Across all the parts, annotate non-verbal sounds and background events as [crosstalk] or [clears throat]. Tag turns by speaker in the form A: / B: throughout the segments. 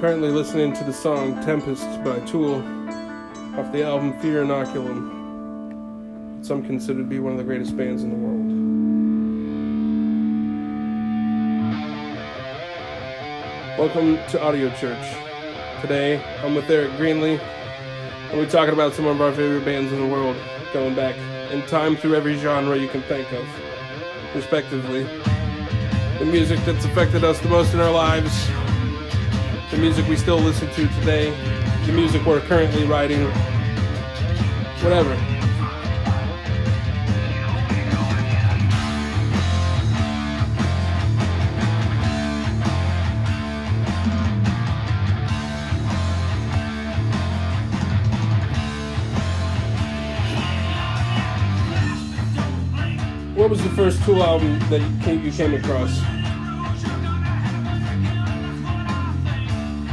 A: currently listening to the song Tempest by Tool off the album Fear Inoculum. Some consider to be one of the greatest bands in the world. Welcome to Audio Church. Today, I'm with Eric Greenlee, and we're talking about some of our favorite bands in the world, going back in time through every genre you can think of, respectively. The music that's affected us the most in our lives, the music we still listen to today, the music we're currently writing, whatever. What was the first Tool album that you came, you came across?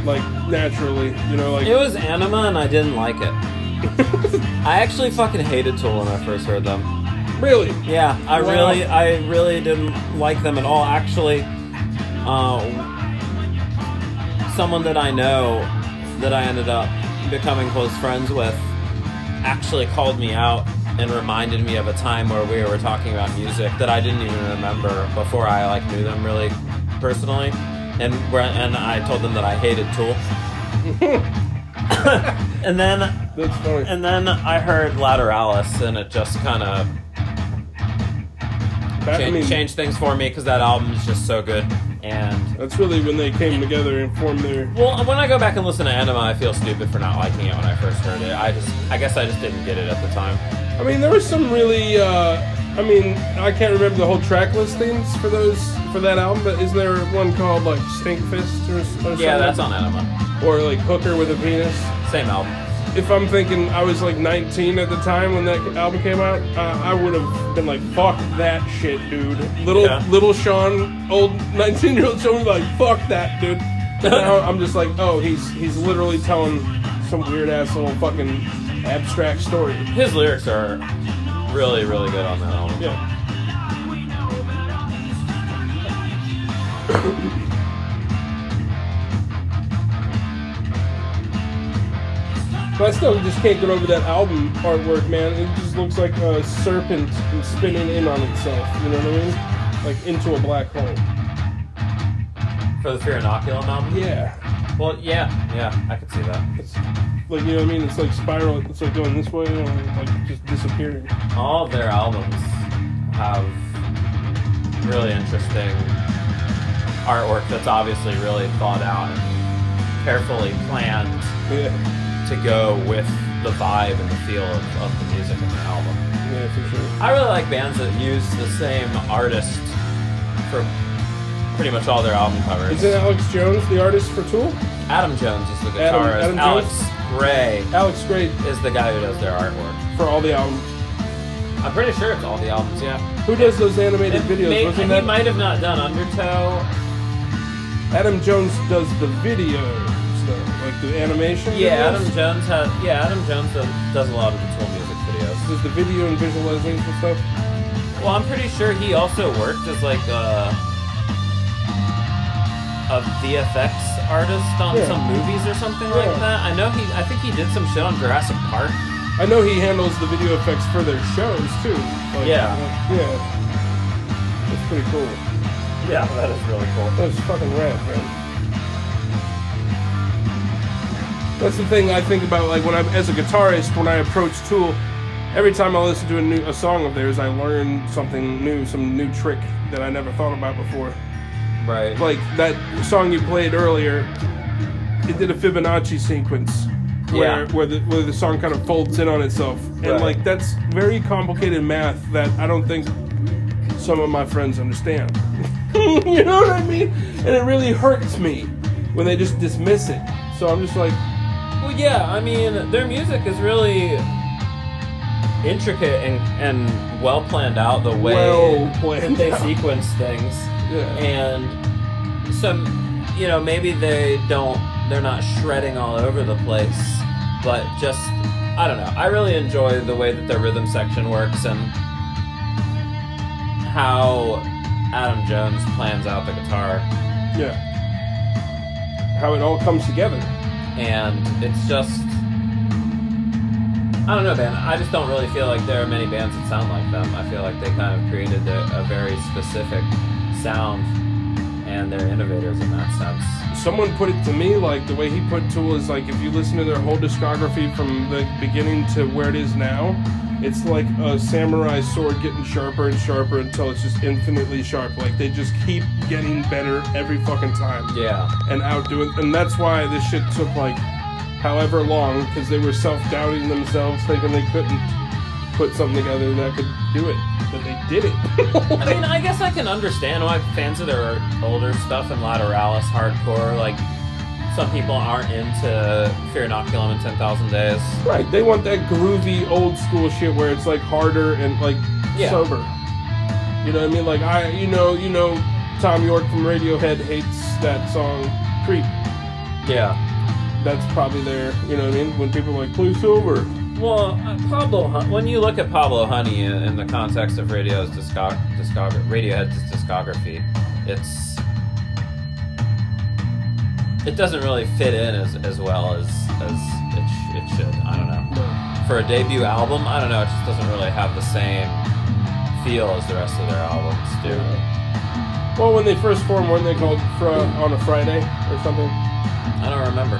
A: Like naturally, you know, like
B: It was Anima, and I didn't like it. I actually fucking hated Tool when I first heard them.
A: really.
B: Yeah, I
A: Wow.
B: really, I really didn't like them at all. Actually, uh, someone that I know that I ended up becoming close friends with actually called me out and reminded me of a time where we were talking about music that I didn't even remember before I like knew them really personally, and where and I told them that I hated Tool. [laughs] and then
A: That's funny.
B: and then I heard Lateralis, and it just kind of
A: That- I mean,
B: changed things for me because that album is just so good. And
A: That's really when they came together and formed their.
B: well, when I go back and listen to Anima, I feel stupid for not liking it when I first heard it. I just, I guess, I just didn't get it at the time.
A: I mean, there were some really. Uh, I mean, I can't remember the whole track listings for those for that album, but isn't there one called like Stinkfist or, or something?
B: Yeah, that's on Anima.
A: Or like Hooker with a Penis.
B: Same album.
A: if I'm thinking I was like 19 at the time when that album came out, uh, I would have been like, "Fuck that shit, dude." Little
B: Yeah.
A: little Sean, old [laughs] 19 year old Sean, was like, "Fuck that, dude." And now I'm just like, "Oh, he's he's literally telling some weird ass little fucking abstract story."
B: His lyrics are really, really good on that album.
A: Yeah. But I still just can't get over that album artwork, man. It just looks like a serpent spinning in on itself. You know what I mean? Like into a black hole.
B: For the Fear Inoculum album.
A: Yeah.
B: Well, yeah, yeah, I could see that.
A: It's, like you know what I mean? It's like spiral. It's like going this way and like just disappearing.
B: all of their albums have really interesting artwork that's obviously really thought out and carefully planned
A: Yeah.
B: to go with the vibe and the feel of, of the music in the album.
A: Yeah, for sure.
B: I really like bands that use the same artist for pretty much all their album covers.
A: Isn't Alex Jones the artist for Tool?
B: Adam Jones is the
A: Adam-
B: guitarist.
A: Adam
B: Alex Gray
A: Alex Gray
B: is the guy who does their artwork.
A: for all the albums.
B: I'm pretty sure it's all the albums, yeah.
A: Who does those animated videos?
B: May-
A: Wasn't
B: he
A: that
B: might have not done Undertow.
A: Adam Jones does the videos though, like the animation? videos?
B: Yeah, Adam Jones has. Yeah, Adam Jones does, does a lot of the Tool music videos.
A: does the video and visualization stuff.
B: Well, I'm pretty sure he also worked as like a a VFX artist on
A: Yeah.
B: some movies or something like
A: Yeah.
B: that. I know he. I think he did some shit on Jurassic Park.
A: I know he handles the video effects for their shows too. Like,
B: Yeah.
A: like, yeah, that's pretty cool.
B: Yeah, that is really cool.
A: That's fucking rad, man. That's the thing I think about, like when I'm as a guitarist, when I approach Tool, every time I listen to a new a song of theirs, I learn something new, some new trick that I never thought about before.
B: Right.
A: like that song you played earlier, it did a Fibonacci sequence where
B: Yeah.
A: where, the, where the song kind of folds in on itself, and
B: Right.
A: like that's very complicated math that I don't think some of my friends understand. [laughs] you know what I mean? And it really hurts me when they just dismiss it. So I'm just like,
B: Well, yeah, I mean, their music is really intricate and, and well planned out the way
A: Well planned
B: they
A: out.
B: sequence things.
A: Yeah.
B: And so, you know, maybe they don't, they're not shredding all over the place, but just, I don't know. I really enjoy the way that their rhythm section works and how Adam Jones plans out the guitar.
A: yeah. how it all comes together.
B: and it's just I don't know, man. I just don't really feel like there are many bands that sound like them. I feel like they kind of created a, a very specific sound, and they're innovators in that sense.
A: Someone put it to me like the way he put Tool is like if you listen to their whole discography from the beginning to where it is now, it's like a samurai sword getting sharper and sharper until it's just infinitely sharp. Like they just keep getting better every fucking time.
B: Yeah,
A: and outdo it. And that's why this shit took like however long because they were self doubting themselves, thinking they couldn't put something together that could do it. But they did it. [laughs]
B: I mean, I guess I can understand why fans of their older stuff and Lateralis hardcore, like some people aren't into Fear Inoculum and Ten Thousand Days.
A: right. They want that groovy old school shit where it's like harder and like
B: Yeah.
A: sober. You know what I mean? Like I, you know, you know, Tom York from Radiohead hates that song "Creep."
B: Yeah.
A: That's probably their, you know what I mean? When people are like play sober,
B: Well, uh, Pablo, Hon- when you look at Pablo Honey in, in the context of Radio's discog- discog- Radiohead's discography, it's it doesn't really fit in as, as well as as it, sh- it should. I don't know. for a debut album, I don't know, it just doesn't really have the same feel as the rest of their albums do.
A: Well, when they first formed, weren't they called Fr- on a Friday or something?
B: I don't remember.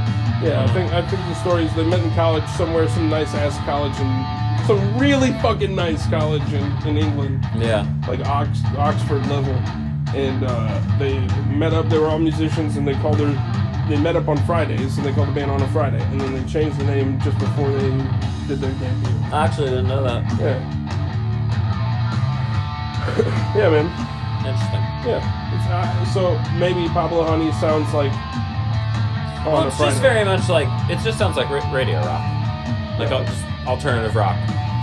A: Yeah, I think I think the story is they met in college somewhere, some nice ass college, and some really fucking nice college in, in England,
B: Yeah.
A: like Ox, Oxford level. And uh, they met up. They were all musicians, and they called their they met up on Fridays, and they called the band on a Friday, and then they changed the name just before they did their debut.
B: I actually didn't know that.
A: Yeah. [laughs] yeah, man.
B: Interesting.
A: Yeah. It's, uh, so maybe Pablo Honey sounds like. On
B: Well,
A: a
B: it's just
A: Friday.
B: very much like, it just sounds like ra- radio rock. Like al- just alternative rock.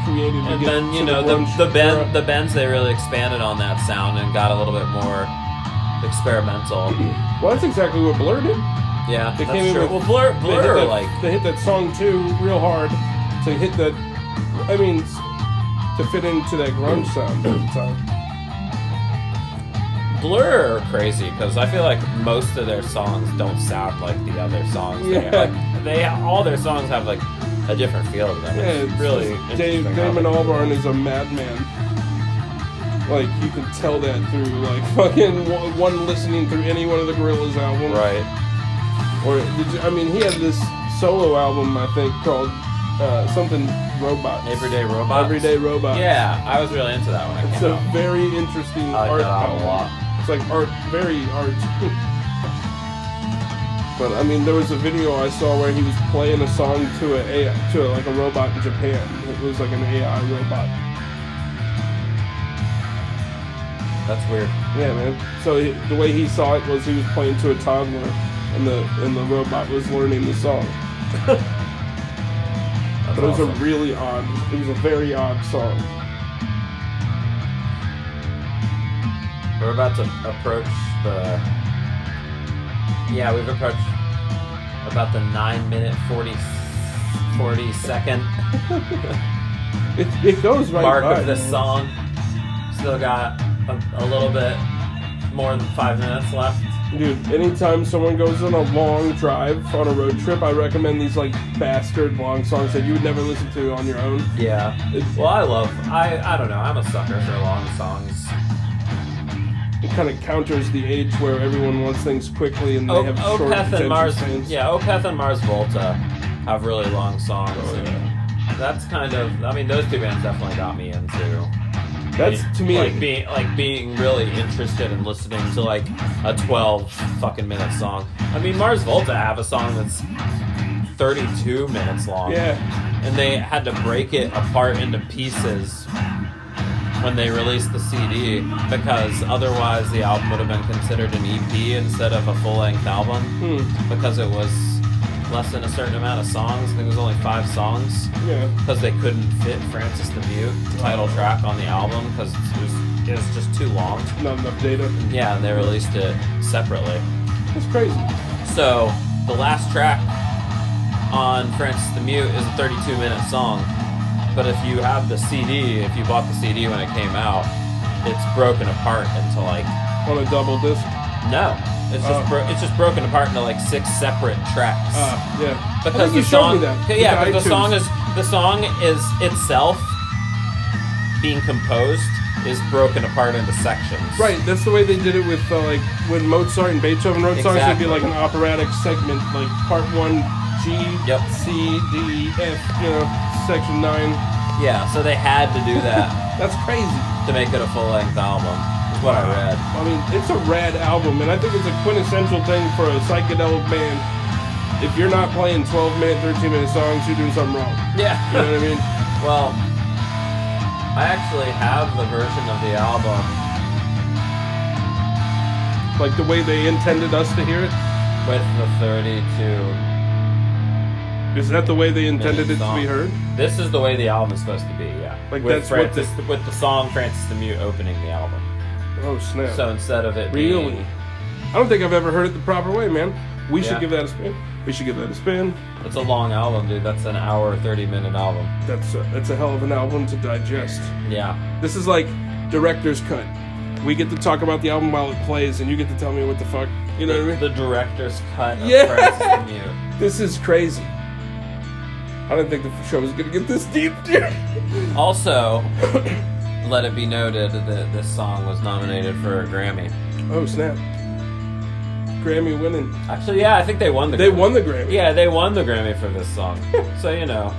A: created to
B: And
A: get
B: then, you
A: to
B: know, the,
A: grunge
B: the, bend,
A: era.
B: the bends, they really expanded on that sound and got a little bit more
A: [clears throat]
B: experimental.
A: well, that's exactly what Blur did.
B: Yeah,
A: They came
B: that's
A: in
B: true.
A: with-
B: Well, Blur,
A: They hit
B: Blur
A: that,
B: like,
A: they hit that song too real hard to hit that. I mean, s- to fit into that grunge sound at the time.
B: Blur are crazy because I feel like most of their songs don't sound like the other songs.
A: Yeah.
B: They, like they all their songs have like a different feel to them.
A: Yeah,
B: it's,
A: it's
B: really
A: just-
B: interesting
A: Dave,
B: how
A: Damon
B: they-
A: Albarn is a madman. Like you can tell that through like [laughs] fucking one- one listening through any one of the Gorillaz albums.
B: Right.
A: Or did you, I mean, he had this solo album I think called uh, something Robots.
B: Everyday Robots.
A: Everyday Robots.
B: Yeah, I was really into that when I
A: It's
B: came
A: a
B: out.
A: very interesting
B: I like
A: art
B: that album a lot.
A: It's like art, very art. [laughs] but I mean, there was a video I saw where he was playing a song to a AI, to a, like a robot in Japan. It was like an AI robot.
B: That's weird.
A: Yeah, man. So he, the way he saw it was he was playing to a toddler, and the and the robot was learning the song.
B: That's
A: But it was a
B: awesome.
A: really odd. It was a very odd song.
B: We're about to approach the. Yeah, we've approached about the nine minute 40, 40 second
A: It, it goes [laughs] right
B: mark
A: by.
B: of this song. Still got a, a little bit more than five minutes left.
A: Dude, anytime someone goes on a long drive on a road trip, I recommend these like bastard long songs that you would never listen to on your own.
B: Yeah. Well, I love. I I don't know. I'm a sucker for long songs.
A: It kind of counters the age where everyone wants things quickly and they
B: O-
A: have short
B: Opeth
A: attention
B: and Mars.
A: spans.
B: Yeah, Opeth and Mars Volta have really long songs.
A: Oh,
B: and
A: yeah.
B: That's kind of. I mean, those two bands definitely got me into.
A: That's to me
B: like being like being really interested in listening to like a 12 fucking minute song. I mean, Mars Volta have a song that's 32 minutes long.
A: yeah.
B: and they had to break it apart into pieces when they released the CD because otherwise the album would have been considered an EP instead of a full length album
A: Hmm.
B: because it was less than a certain amount of songs. I think it was only five songs
A: Yeah.
B: because they couldn't fit Francis the Mute the title track on the album because it was, it was just too long.
A: Not enough data.
B: Yeah, and they released it separately.
A: It's crazy.
B: So the last track on Francis the Mute is a 32 minute song, but if you have the CD, if you bought the CD when it came out, it's broken apart into like
A: On a double disc.
B: no, It's just
A: Oh.
B: bro- it's just broken apart into like six separate tracks.
A: Uh, yeah. I think
B: because the
A: you showed
B: song,
A: me that.
B: yeah,
A: With
B: but the
A: iTunes.
B: song is the song is itself being composed is broken apart into sections.
A: Right, that's the way they did it with uh, like when Mozart and Beethoven wrote songs. It'd be
B: Exactly.
A: like an operatic segment, like part one, G,
B: Yep.
A: C, D, F, you know, section nine.
B: Yeah, so they had to do that
A: That's crazy.
B: to make it a full length album. Is what I read.
A: I mean, it's a rad album, and I think it's a quintessential thing for a psychedelic band. If you're not playing 12 minute, 13 minute songs, you're doing something wrong. You know
B: Yeah.
A: what I mean?
B: [laughs] well, I actually have the version of the album.
A: Like the way they intended us to hear it.
B: with the 32
A: Is that the way they intended
B: minute
A: it to
B: song.
A: be heard?
B: This is the way the album is supposed to be, yeah.
A: Like,
B: with
A: that's what
B: Francis, with the song Francis the Mute opening the album.
A: Oh snap!
B: So instead of it
A: Really?
B: being,
A: I don't think I've ever heard it the proper way, man. We should
B: Yeah.
A: give that a spin. We should give that a spin.
B: it's a long album, dude. That's an hour 30 minute album.
A: That's a, that's a hell of an album to digest.
B: Yeah.
A: This is like director's cut. We get to talk about the album while it plays, and you get to tell me what the fuck. You know what I mean?
B: The director's cut of
A: Yeah.
B: Francis the Mute. [laughs]
A: This is crazy. I didn't think the show was gonna get this deep, dude. [laughs]
B: Also, [coughs] let it be noted that this song was nominated for a Grammy.
A: Oh snap! Grammy winning.
B: Actually, yeah, I think they won the
A: They
B: Grammy.
A: won the Grammy.
B: Yeah, they won the Grammy for this
A: [laughs]
B: song. so, you know.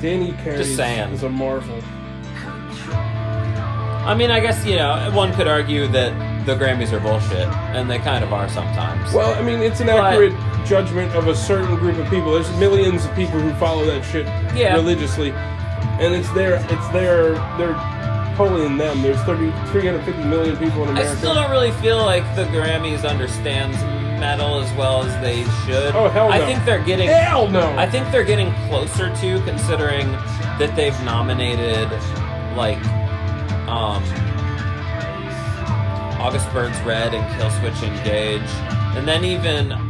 A: Danny Carey
B: Just saying.
A: is a marvel.
B: I mean, I guess, you know, one could argue that the Grammys are bullshit, and they kind of are sometimes.
A: Well, I mean, it's an accurate judgment of a certain group of people. There's millions of people who follow that shit
B: Yeah.
A: religiously, and it's their it's their they're polling them. There's 30, 350 million people in
B: I
A: America.
B: still don't really feel like the Grammys understands metal as well as they should.
A: Oh, hell
B: I
A: no.
B: think they're getting
A: Hell no!
B: I think they're getting closer to considering that they've nominated like um August Burns Red and Killswitch Engage and then even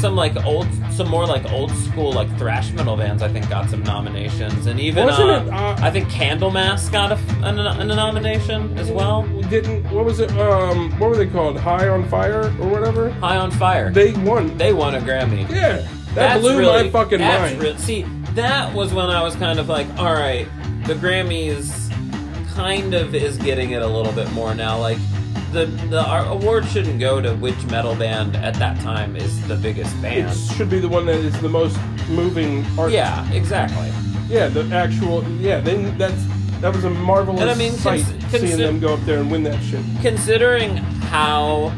B: some like old some more like old school like thrash metal bands I think got some nominations and even
A: Wasn't
B: uh,
A: it, uh,
B: I think Candlemass got a, a, a nomination as well
A: didn't what was it? Um, what were they called? High on Fire or whatever?
B: High on Fire
A: They won.
B: they won a Grammy
A: yeah, that
B: That's
A: blew
B: really-
A: my fucking
B: that's
A: mind.
B: re- see, that was when I was kind of like, all right, the Grammys kind of is getting it a little bit more now. Like, the the our award shouldn't go to which metal band at that time is the biggest band.
A: it should be the one that is the most moving art.
B: yeah, exactly.
A: Yeah, the actual. Yeah, they, that's that was a marvelous
B: And I mean,
A: sight
B: cons-
A: seeing
B: consi-
A: them go up there and win that shit.
B: Considering how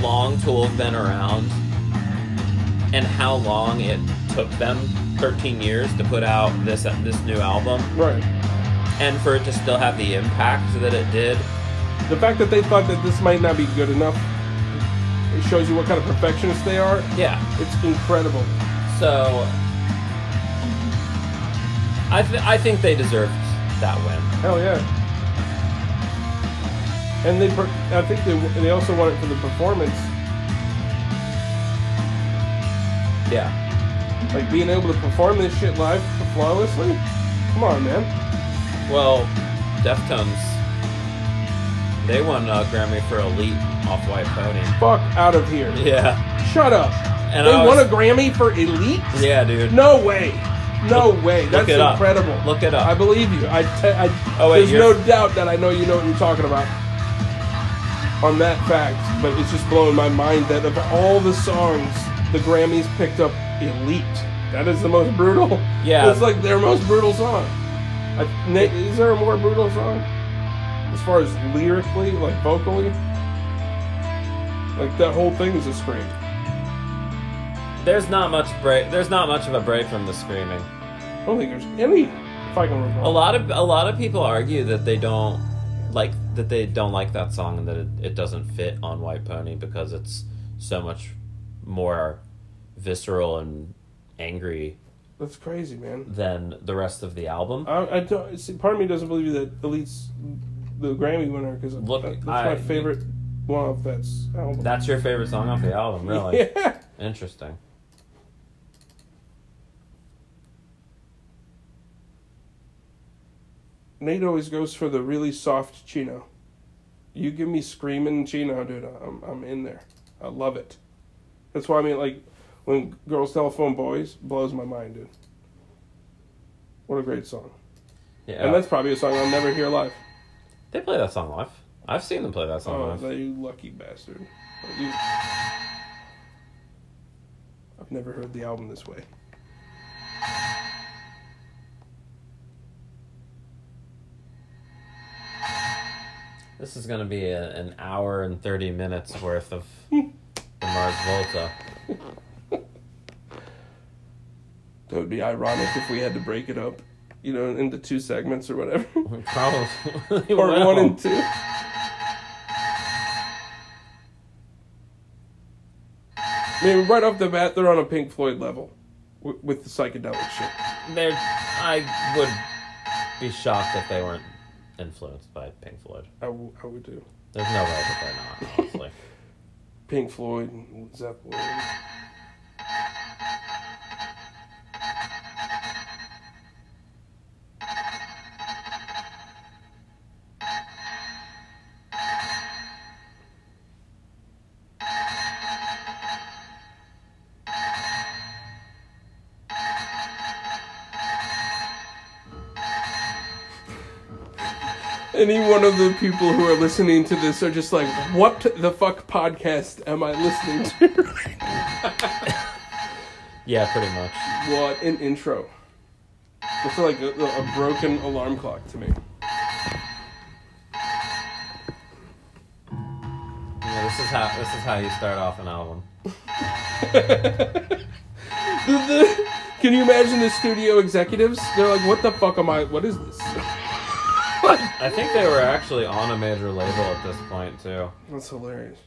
B: long Tool have been around and how long it took them 13 years to put out this this new album
A: Right.
B: and for it to still have the impact that it did
A: The fact that they thought that this might not be good enough, it shows you what kind of perfectionists they are.
B: yeah
A: It's incredible.
B: So I th- I think they deserved that win.
A: Hell yeah. And they, per- I think they, they also won it for the performance,
B: Yeah.
A: like being able to perform this shit live flawlessly. Come on, man.
B: Well, Deftones they won a Grammy for Elite Off White Pony.
A: Fuck out of here.
B: Yeah.
A: Shut up.
B: And
A: they
B: I
A: won
B: was-
A: a Grammy for Elite.
B: Yeah, dude.
A: No way. No way. That's
B: look it up.
A: incredible.
B: Look it up.
A: I believe you. I, te- I
B: Oh, wait,
A: there's
B: you're-
A: no doubt that I know you know what you're talking about on that fact, but it's just blowing my mind that of all the songs, the Grammys picked up Elite. That is the most brutal.
B: Yeah.
A: It's like their most brutal song. I, Nick, is there a more brutal song? As far as lyrically, like vocally? Like that whole thing is a scream.
B: There's not much break there's not much of a break from the screaming.
A: I don't think there's any, if I can recall.
B: A lot of a lot of people argue that they don't like that they don't like that song and that it, it doesn't fit on White Pony because it's so much more visceral and angry
A: That's crazy, man.
B: than the rest of the album.
A: I, I don't. See, part of me doesn't believe that Elite's the Grammy winner because
B: Look,
A: that's
B: I-
A: my favorite one off that album. [laughs]
B: That's your favorite song off the album, really?
A: Yeah.
B: Interesting.
A: Nate always goes for the really soft chino. You give me screaming Chino, dude. I'm I'm in there. I love it. That's why I mean, like, when girls telephone boys blows my mind, dude. What a great song.
B: Yeah.
A: And that's probably a song I'll never hear live.
B: They play that song live. I've seen them play that song
A: Oh,
B: live.
A: that you lucky bastard. You... I've never heard the album this way.
B: This is going to be a, an hour and 30 minutes
A: [laughs]
B: worth of the Mars Volta. [laughs]
A: That would be ironic if we had to break it up, you know, into two segments or whatever. [laughs]
B: Probably.
A: Part
B: will.
A: one and two. I mean, right off the bat, they're on a Pink Floyd level w- with the psychedelic shit.
B: They're- I would be shocked if they weren't influenced by Pink Floyd.
A: I, w- I would do.
B: There's no way that they're not, honestly.
A: Pink Floyd and Led Zeppelin. Any one of the people who are listening to this are just like, what the fuck podcast am I listening to?
B: yeah, pretty much.
A: what an intro. I feel like a, a broken alarm clock to me. [laughs]
B: Yeah, this is how this is how you start off an album.
A: The- the- can you imagine the studio executives? They're like, what the fuck am I? What is this?
B: I think they were actually on a major label at this point too.
A: That's hilarious.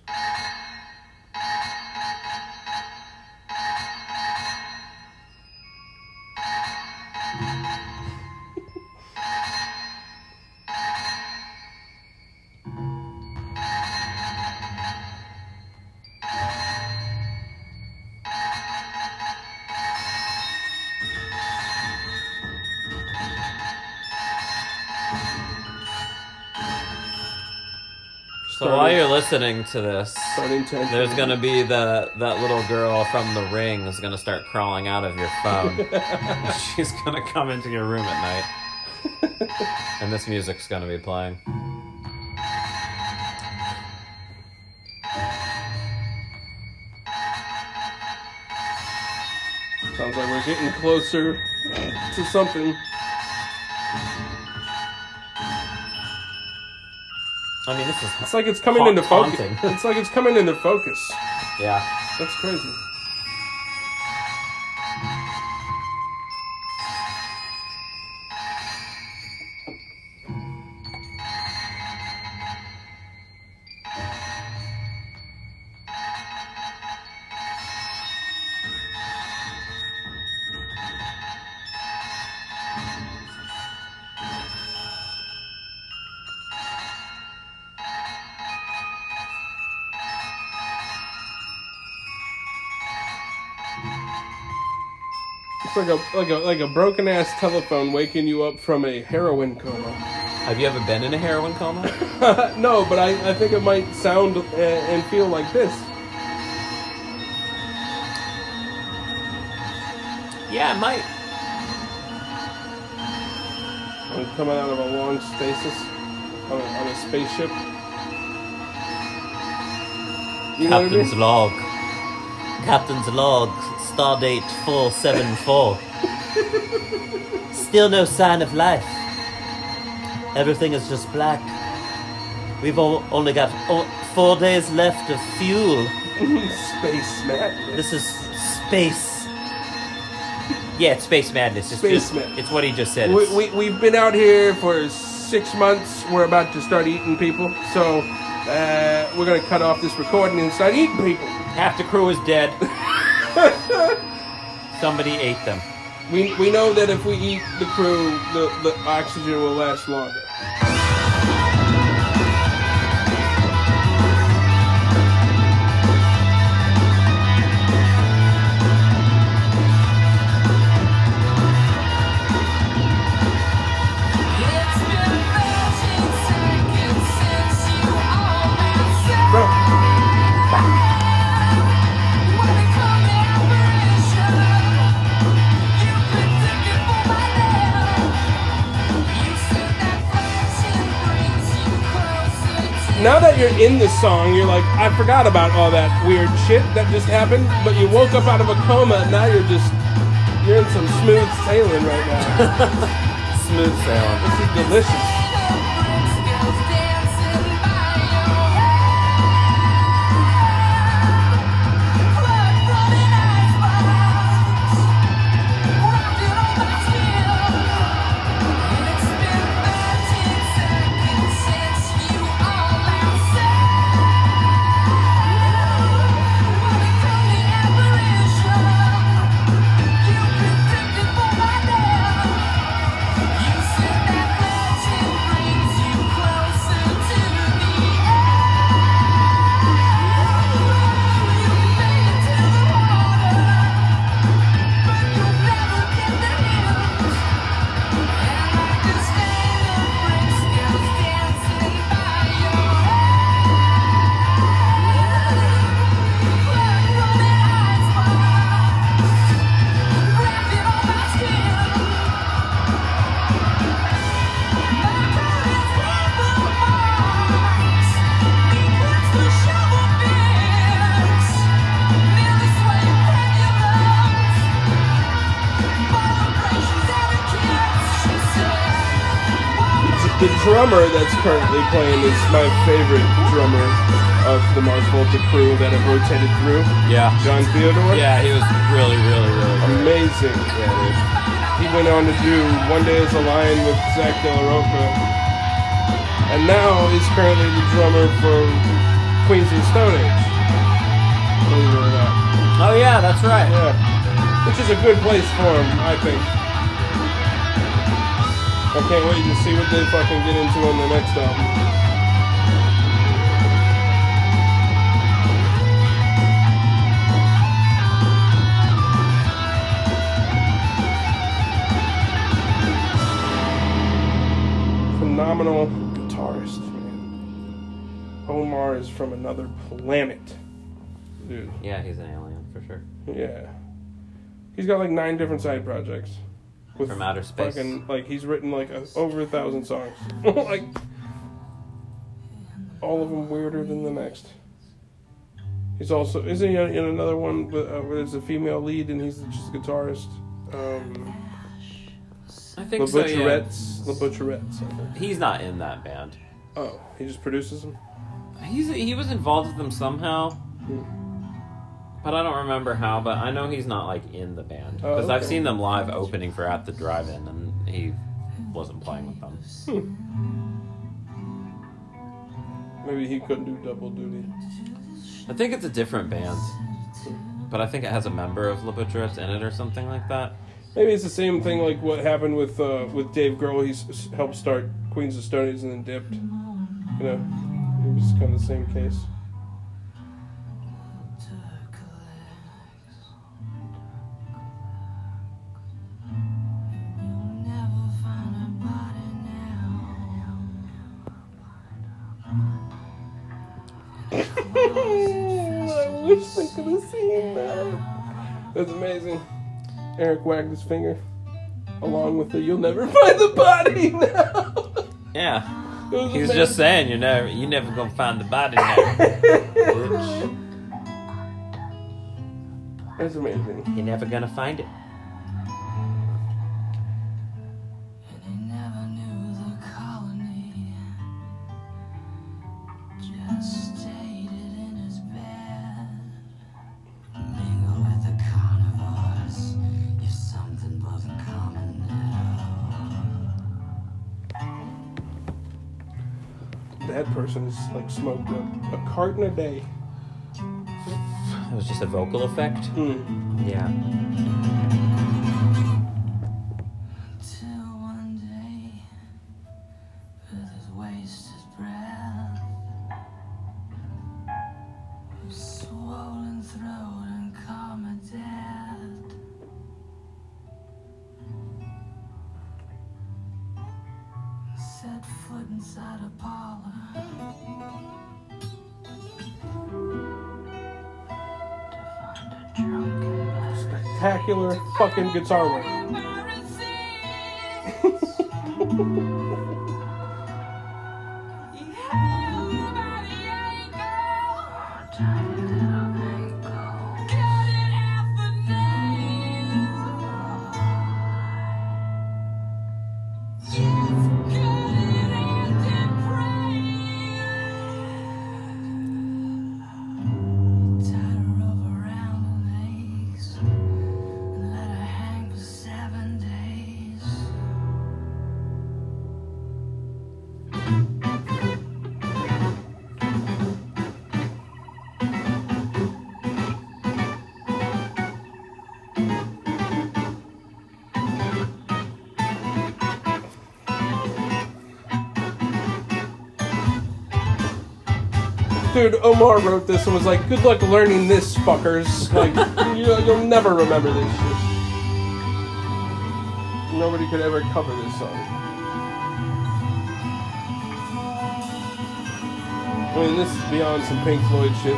B: So while
A: uh,
B: you're listening to this,
A: Starting to
B: there's gonna be the that little girl from the ring is gonna start crawling out of your phone. [laughs] She's gonna come into your room at night, and this music's gonna be playing.
A: Sounds like we're getting closer uh, to something.
B: I mean, this is
A: It's like it's coming
B: Haunt-
A: into focus.
B: haunting.
A: [laughs] It's like it's coming into focus.
B: yeah.
A: That's crazy. It's like a like a like a broken ass telephone waking you up from a heroin coma. [laughs]
B: Have you ever been in a heroin coma?
A: no, but I, I think it might sound and, and feel like this.
B: [laughs] yeah, it might.
A: I'm coming out of a long stasis on a, on a spaceship. You know what I
B: Captain's
A: mean?
B: log. Captain's log, stardate 474. Still no sign of life. Everything is just black. We've all, only got o- four days left of fuel.
A: Space madness.
B: This is space. Yeah, it's space madness. It's,
A: Space
B: just-
A: madness.
B: it's what he just said.
A: We,
B: It's-
A: we, we've been out here for six months. We're about to start eating people. So uh, we're going to cut off this recording and start eating people.
B: half the crew is
A: [laughs]
B: dead. Somebody ate them.
A: We, we know that if we eat the crew, the, the oxygen will last longer.
C: It's been 13 seconds since you
A: now that you're in the song, you're like, I forgot about all that weird shit that just happened, but you woke up out of a coma, and now you're just, you're in some smooth sailing right now.
D: Smooth sailing.
A: this is delicious.
C: You said that friendship brings you closer to the edge. You made it to the water, but you'll never get the hinge. And I can stand the bricks still dancing by your head. Blood running eyes wide, wrapping on my skin.
A: The drummer that's currently playing is my favorite drummer of the Mars Volta crew that have rotated through,
B: Yeah.
A: John Theodore.
B: Yeah, he was really, really, really good.
A: Amazing. He went on to do One Day as a Lion with Zach De La Rocha. And now is currently the drummer for Queens of the Stone Age. Believe it or not.
B: Oh, yeah, that's right.
A: Yeah. Which is a good place for him, I think. I can't wait to see what they fucking get into on the next album. phenomenal guitarist, man. Omar is from another planet, dude.
D: Yeah, he's an alien for sure.
A: Yeah, he's got like nine different side projects. With
D: From outer space.
A: Fucking like he's written like a, over a thousand songs, [laughs] like all of them weirder than the next. He's also isn't he in another one with, uh, where there's a female lead and he's just a guitarist. Um,
D: I think
A: La
D: so. Yeah.
A: Butcherettes, La Butcherettes. I think.
D: He's not in that band.
A: Oh, he just produces them.
D: He's he was involved with them somehow, but I don't remember how. But I know he's not like in the band
A: Oh,
D: because I've
A: okay.
D: seen them live opening for At the Drive-In, and he wasn't playing with them.
A: Maybe he couldn't do double duty.
D: I think it's a different band, but I think it has a member of Labutrettes in it or something like that.
A: Maybe it's the same thing like what happened with uh, with Dave Grohl. He s- s- helped start Queens of Stone Age and then dipped. You know, it was kind of the same case. [laughs] I wish they could have seen that. That's amazing. Eric wagged his finger, along with the "You'll never [laughs] find the body." [laughs] Now.
D: Yeah,
A: It was
D: he's
A: amazing.
D: just saying you never you never gonna find the body now. Bitch.
A: That's amazing.
D: You're never gonna find it.
C: Just stated in his bed. Mingle with the carnivores. You've something both in common now.
A: That person is like smoked a, a carton a day.
D: It was just a vocal effect.
A: Mm.
D: Yeah.
C: Till one day, with his wasted breath, his swollen throat and calm at death. Set foot inside a parlor. To find a drunken bastard.
A: Spectacular fucking guitar work.
C: Embarrassing. Yeah.
A: dude, Omar wrote this and was like, "Good luck learning this, fuckers. Like, you, you'll never remember this shit. Nobody could ever cover this song." I mean, this is beyond some Pink Floyd shit.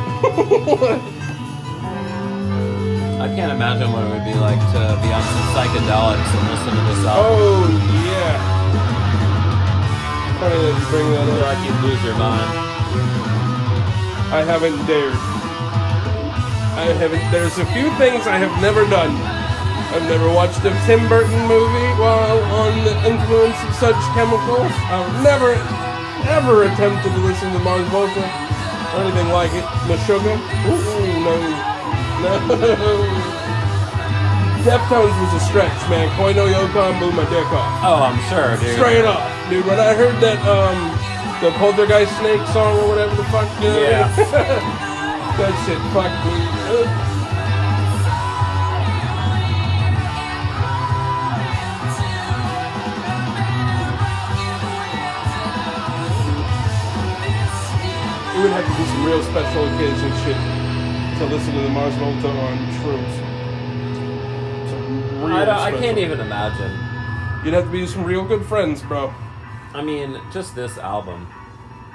B: I can't imagine what it would be like to be on some psychedelics and listen to this
A: [laughs]
B: album.
A: oh yeah. Funny that you bring that
B: I
A: up.
B: feel like you'd lose your mind.
A: I haven't dared. I haven't. There's a few things I have never done. I've never watched a Tim Burton movie while on the influence of such chemicals. I've never, ever attempted to listen to Mars Volta or anything like it. Meshuggah? Ooh, no. No. [laughs] Deftones was a stretch, man. Koi no Yokon blew my dick off.
B: Oh, I'm sure, dude.
A: Straight up, dude. When I heard that, um, the Poltergeist Snake song or whatever the fuck, dude.
B: Yeah.
A: [laughs] that shit fucked me. dude. You would have to do some real special occasion shit to listen to the Mars Volta on Shrooms. Some real
B: I, don't, I
A: special-
B: can't e- even imagine.
A: You'd have to be some real good friends, bro.
B: I mean, just this album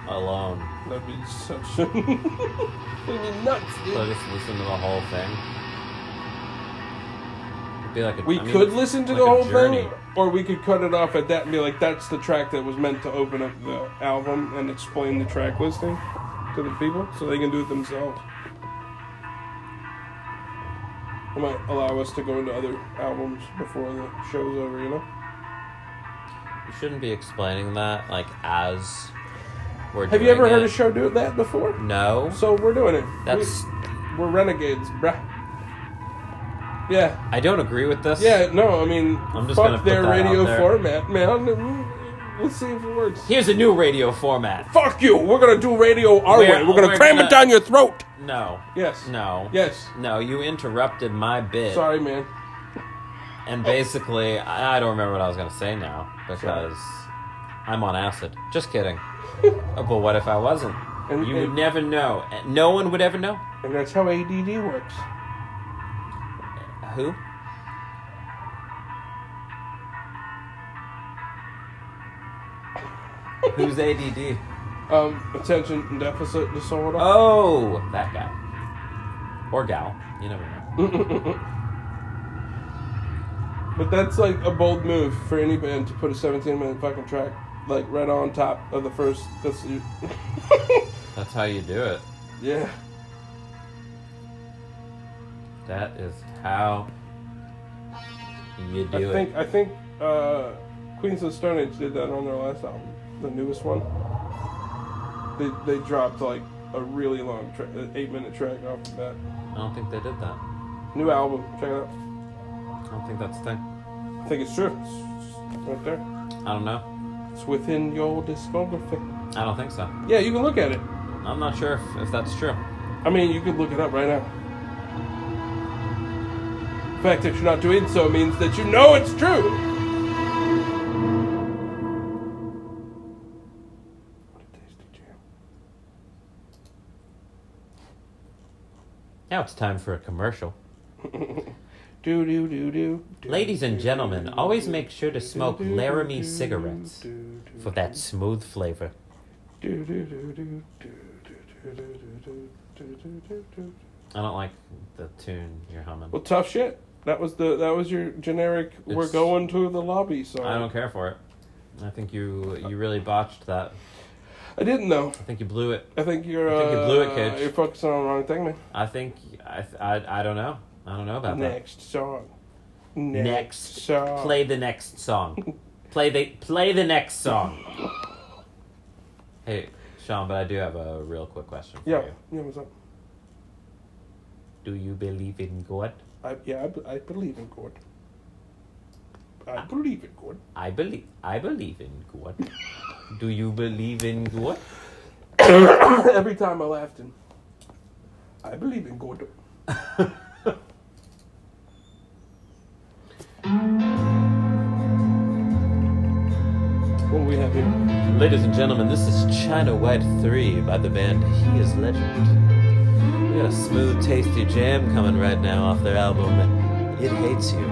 B: alone.
A: That'd be such. [laughs] That'd be nuts,
B: So
A: dude.
B: just listen to the whole thing. It'd be like a,
A: We
B: I mean,
A: could
B: it's
A: listen to
B: like
A: the
B: a
A: whole
B: journey.
A: thing, or we could cut it off at that and be like, "That's the track that was meant to open up the album and explain the track listing to the people, so they can do it themselves." It might allow us to go into other albums before the show's over, you know.
B: You shouldn't be explaining that like as we're.
A: Have you
B: doing
A: ever heard
B: it.
A: a show do that before?
B: No.
A: So we're doing it.
B: That's.
A: we, we're renegades, bruh. Yeah,
B: I don't agree with this.
A: Yeah, no, I mean,
B: I'm just gonna
A: fuck
B: put
A: their
B: that out
A: radio
B: there.
A: format, man. Let's see if it works.
B: Here's a new radio format.
A: Fuck you! We're gonna do radio our
B: We're-
A: way. We're gonna
B: we're
A: cram
B: gonna-
A: it down your throat.
B: No.
A: Yes.
B: No.
A: Yes.
B: No, you interrupted my bit.
A: Sorry, man.
B: And basically, I I don't remember what I was going to say now because I'm on acid.
A: [laughs]
B: Just kidding. Oh, but what if I wasn't?
A: And-
B: you
A: and-
B: would never know. No one would ever know.
A: And that's how ADD works.
B: Uh, Who? Who's ADD?
A: Um, attention deficit disorder.
B: Oh, that guy. Or gal. You never know.
A: But that's like a bold move for any band to put a 17 minute fucking track like right on top of the first. That's [laughs] you.
B: That's how you do it.
A: yeah.
B: That is how you do
A: I
B: it.
A: think I think uh, Queens of the Stone Age did that on their last album, the newest one. They they dropped like a really long track, an eight minute track off of that
B: I don't think they did that.
A: new album. Check it out.
B: I don't think that's the thing.
A: I think it's true. It's right there.
B: I don't know.
A: It's within your discography.
B: I don't think so.
A: Yeah, you can look at it.
B: I'm not sure if, if that's true.
A: I mean, you could look it up right now. The fact that you're not doing so means that you know it's true. What a tasty jam.
B: Now it's time for a commercial.
A: Do do do do.
B: Ladies and gentlemen, always make sure to smoke Laramie cigarettes for that smooth flavor.
A: Do do do do do do do do do do do do.
B: I don't like the tune you're humming.
A: Well, tough shit. That was the that was your generic. We're
B: It's-
A: going to the lobby song.
B: I don't care for it. I think you you really botched that.
A: I didn't know.
B: I think you blew it.
A: I think you're.
B: I think you
A: uh,
B: blew it, Cage.
A: You're focusing on the wrong thing, man.
B: I think I I, I don't know. I don't know about
A: Next song.
B: that.
A: Next,
B: Next,
A: song.
B: play the
A: [laughs]
B: next song. play the play the next song. hey, Sean, but I do have a real quick question for
A: Yeah.
B: you.
A: Yeah. What's up?
B: Do you believe in God?
A: I, yeah. I, be- I believe in God. I believe in God.
B: I believe I believe in
A: [laughs]
B: God. Do you believe in God?
A: [laughs] Every time I laughed in. I believe in God. [laughs] what do we have here?
B: Ladies and gentlemen, this is China White 3 by the band He Is Legend. We got a smooth, tasty jam coming right now off their album It Hates You.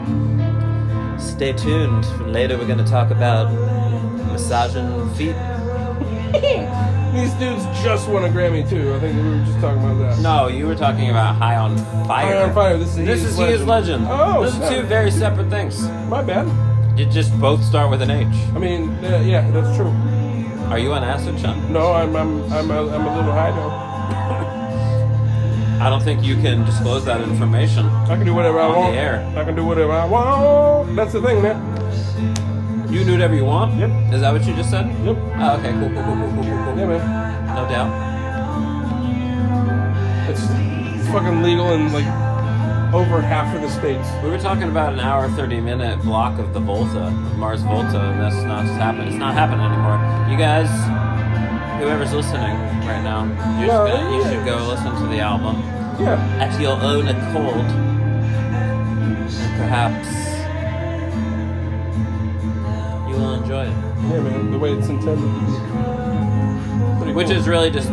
B: Stay tuned. Later, we're going to talk about massaging feet.
A: These dudes just won a Grammy too. I think we were just talking about that.
B: No, you were talking about High on Fire.
A: High on Fire, this is He
B: this
A: Is
B: is He Is
A: Legend.
B: Legend.
A: Oh,
B: those are
A: snap.
B: two very separate things.
A: My bad.
B: You just both start with an H.
A: I mean, uh, yeah, that's true.
B: Are you on acid, Sean?
A: No, I'm I'm I'm a, I'm a little high now.
B: I don't think you can disclose that information.
A: I can do whatever I
B: On the
A: want.
B: air.
A: I can do whatever I want. That's the thing, man.
B: You can do whatever you want.
A: Yep.
B: Is that what you just said?
A: Yep.
B: Oh, okay. Cool. Cool. Cool. Cool. Cool. Cool. cool.
A: Yeah, man.
B: No doubt.
A: It's fucking legal in like over half of the states.
B: We were talking about an hour thirty minute block of the Volta, of Mars Volta, and that's not happening. It's not happening anymore. You guys, whoever's listening right now, you're
A: No,
B: just gonna, you
A: yeah.
B: should go listen to the album.
A: Yeah.
B: at your own accord. Perhaps you will enjoy it.
A: Yeah, man. The way it's intended. Pretty
B: Which
A: cool.
B: is really just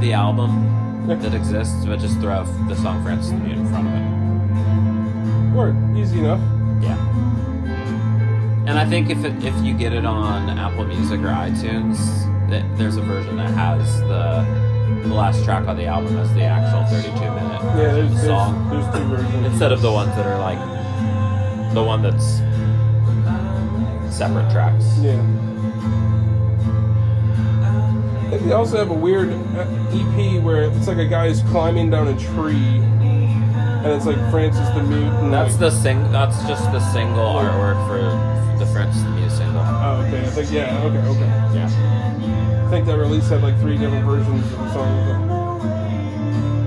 B: the album that exists, but just throw the song Francis in front of it.
A: Work. Easy enough.
B: Yeah. And I think if it, if you get it on Apple Music or iTunes, that there's a version that has the, the last track on the album as the actual 32 minute
A: Yeah, there's, there's,
B: song.
A: there's two versions.
B: instead of the ones that are like the one that's separate tracks.
A: Yeah. I think they also have a weird uh, EP where it's like a guy's climbing down a tree, and it's like Francis the Mute. And
B: That's
A: like,
B: the sing. That's just the single artwork for the French Muse single.
A: Oh, okay. I think yeah. Okay. Okay.
B: Yeah.
A: I think that release had like three different versions of the song.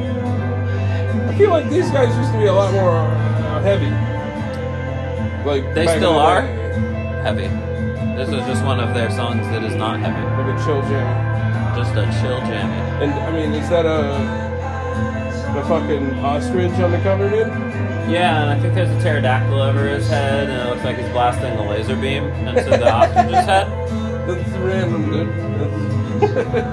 A: I feel like these guys used to be a lot more uh, heavy. Like
B: They
A: back in
B: still
A: the
B: are?
A: day.
B: Heavy. This is just one of their songs that is not heavy.
A: Like a chill jam.
B: Just a chill jammy.
A: And I mean, is that a the fucking ostrich on the cover, dude?
B: Yeah, and I think there's a pterodactyl over his head, and it looks like he's blasting a laser beam into the ostrich's head.
A: That's random, dude. That's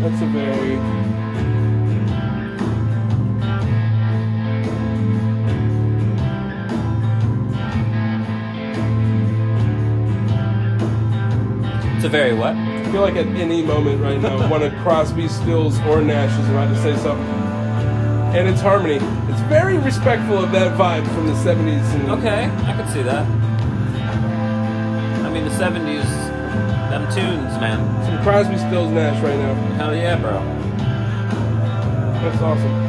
A: That's a very
B: It's a very what?
A: I feel like at any moment right now, one of Crosby, Stills, or Nash is about to say something. And it's harmony. It's very respectful of that vibe from the 70s. And
B: Okay, I could see that. I mean, the 70s, them tunes, man.
A: Some Crosby, Stills, Nash right now.
B: Hell yeah, bro.
A: That's awesome.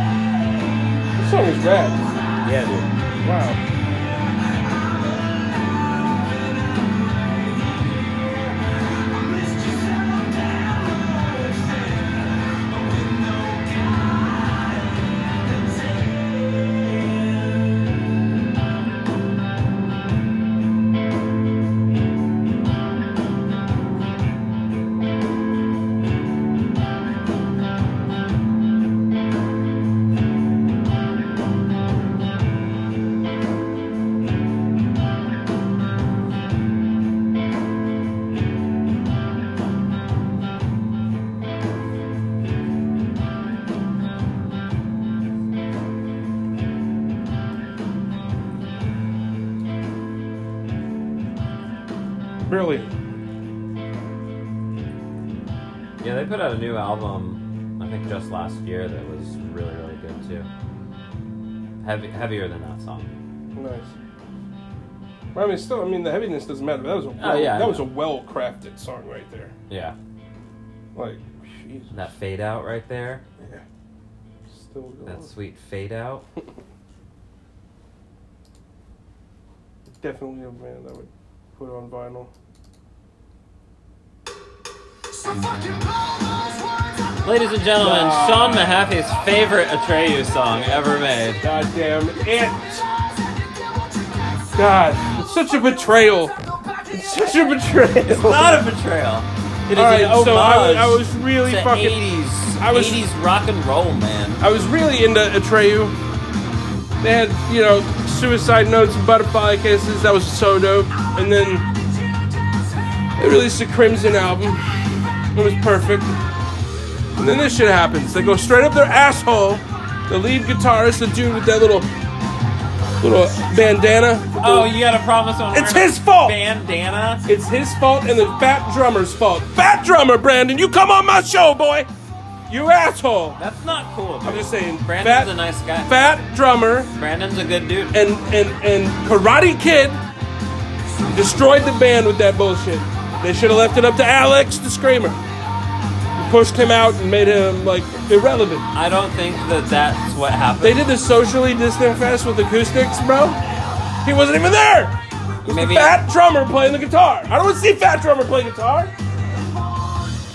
A: This song is rad.
B: Yeah, dude.
A: Wow. Really.
B: Yeah, they put out a new album think just last year that was really really good too. Heavy, heavier than that song.
A: Nice. But I mean, still, I mean, the heaviness doesn't matter. That was a well,
B: Oh, yeah, I
A: that was a
B: know.
A: well crafted song right there.
B: Yeah,
A: Like, Jesus,
B: that fade out right there.
A: yeah. Still going.
B: That sweet fade out.
A: Definitely a band that would put on vinyl.
B: Ladies and gentlemen, Sean Mahaffey's favorite Atreyu song ever made.
A: God damn it! God, it's such a betrayal. It's [laughs] such a betrayal.
B: It's not a betrayal. It is
A: All right,
B: an homage
A: so I was- I was really
B: to
A: fucking-
B: 80s,
A: I was-
B: 80s rock and roll, man.
A: I was really into Atreyu. They had, you know, suicide notes and butterfly kisses. That was so dope. And then they released a Crimson album. It was perfect. And then this shit happens. They go straight up their asshole. The lead guitarist, the dude with that little little bandana. with
B: Oh,
A: the-
B: you got a promise on
A: It's his fault!
B: Bandana.
A: It's his fault and the fat drummer's fault. Fat drummer, Brandon, you come on my show, boy. You asshole.
B: That's not cool.
A: I'm just saying.
B: Brandon's
A: fat,
B: a nice guy.
A: Fat drummer
B: Brandon's a good dude.
A: and and and Karate Kid destroyed the band with that bullshit. They should have left it up to Alex the Screamer. They pushed him out and made him like irrelevant.
B: I don't think that that's what happened.
A: They did the socially distant fest with acoustics, bro. He wasn't even there. It was
B: Maybe-
A: the fat drummer playing the guitar. I don't want to see fat drummer play guitar.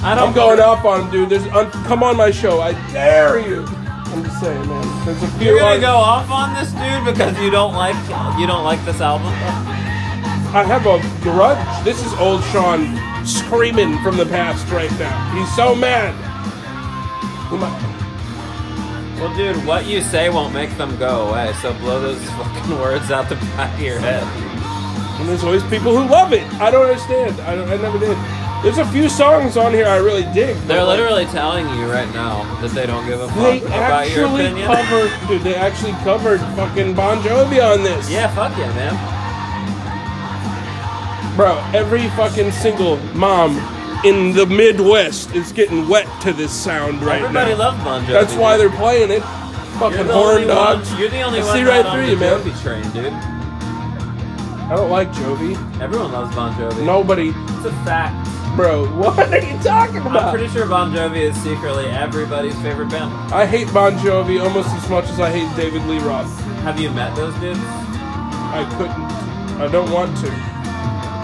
B: I don't
A: I'm going up on him, dude. There's un- come on my show. I dare you. I'm just saying, man. There's a few.
B: You're gonna
A: artists-
B: go off on this dude because you don't like you don't like this album.
A: I have a grudge. This is old Sean screaming from the past right now. He's so mad. Who am I-
B: Well, dude, what you say won't make them go away. So blow those [laughs] fucking words out the back of your head.
A: And there's always people who love it. I don't understand. I, don't, I never did. There's a few songs on here I really dig. but,
B: They're
A: like,
B: literally telling you right now that they don't give a fuck
A: They
B: about your
A: actually
B: opinion.
A: covered, dude. They actually covered fucking Bon Jovi on this.
B: Yeah, fuck yeah, man.
A: Bro, every fucking single mom in the Midwest is getting wet to this sound right
B: Everybody
A: now.
B: loves Bon Jovi.
A: That's why
B: dude.
A: they're playing it.
B: You're
A: Fucking
B: the
A: horn
B: only one-
A: dogs.
B: You're the only
A: I
B: one
A: see
B: not
A: right
B: on
A: through
B: the
A: you, man.
B: Jovi train, dude.
A: I don't like Jovi.
B: Everyone loves Bon Jovi.
A: Nobody,
B: it's a
A: [laughs]
B: fact.
A: bro. What are you talking
B: I'm
A: about?
B: pretty sure Bon Jovi is secretly everybody's favorite band.
A: I hate Bon Jovi almost as much as I hate David Lee Roth.
B: Have you met those dudes?
A: I couldn't. I don't want to.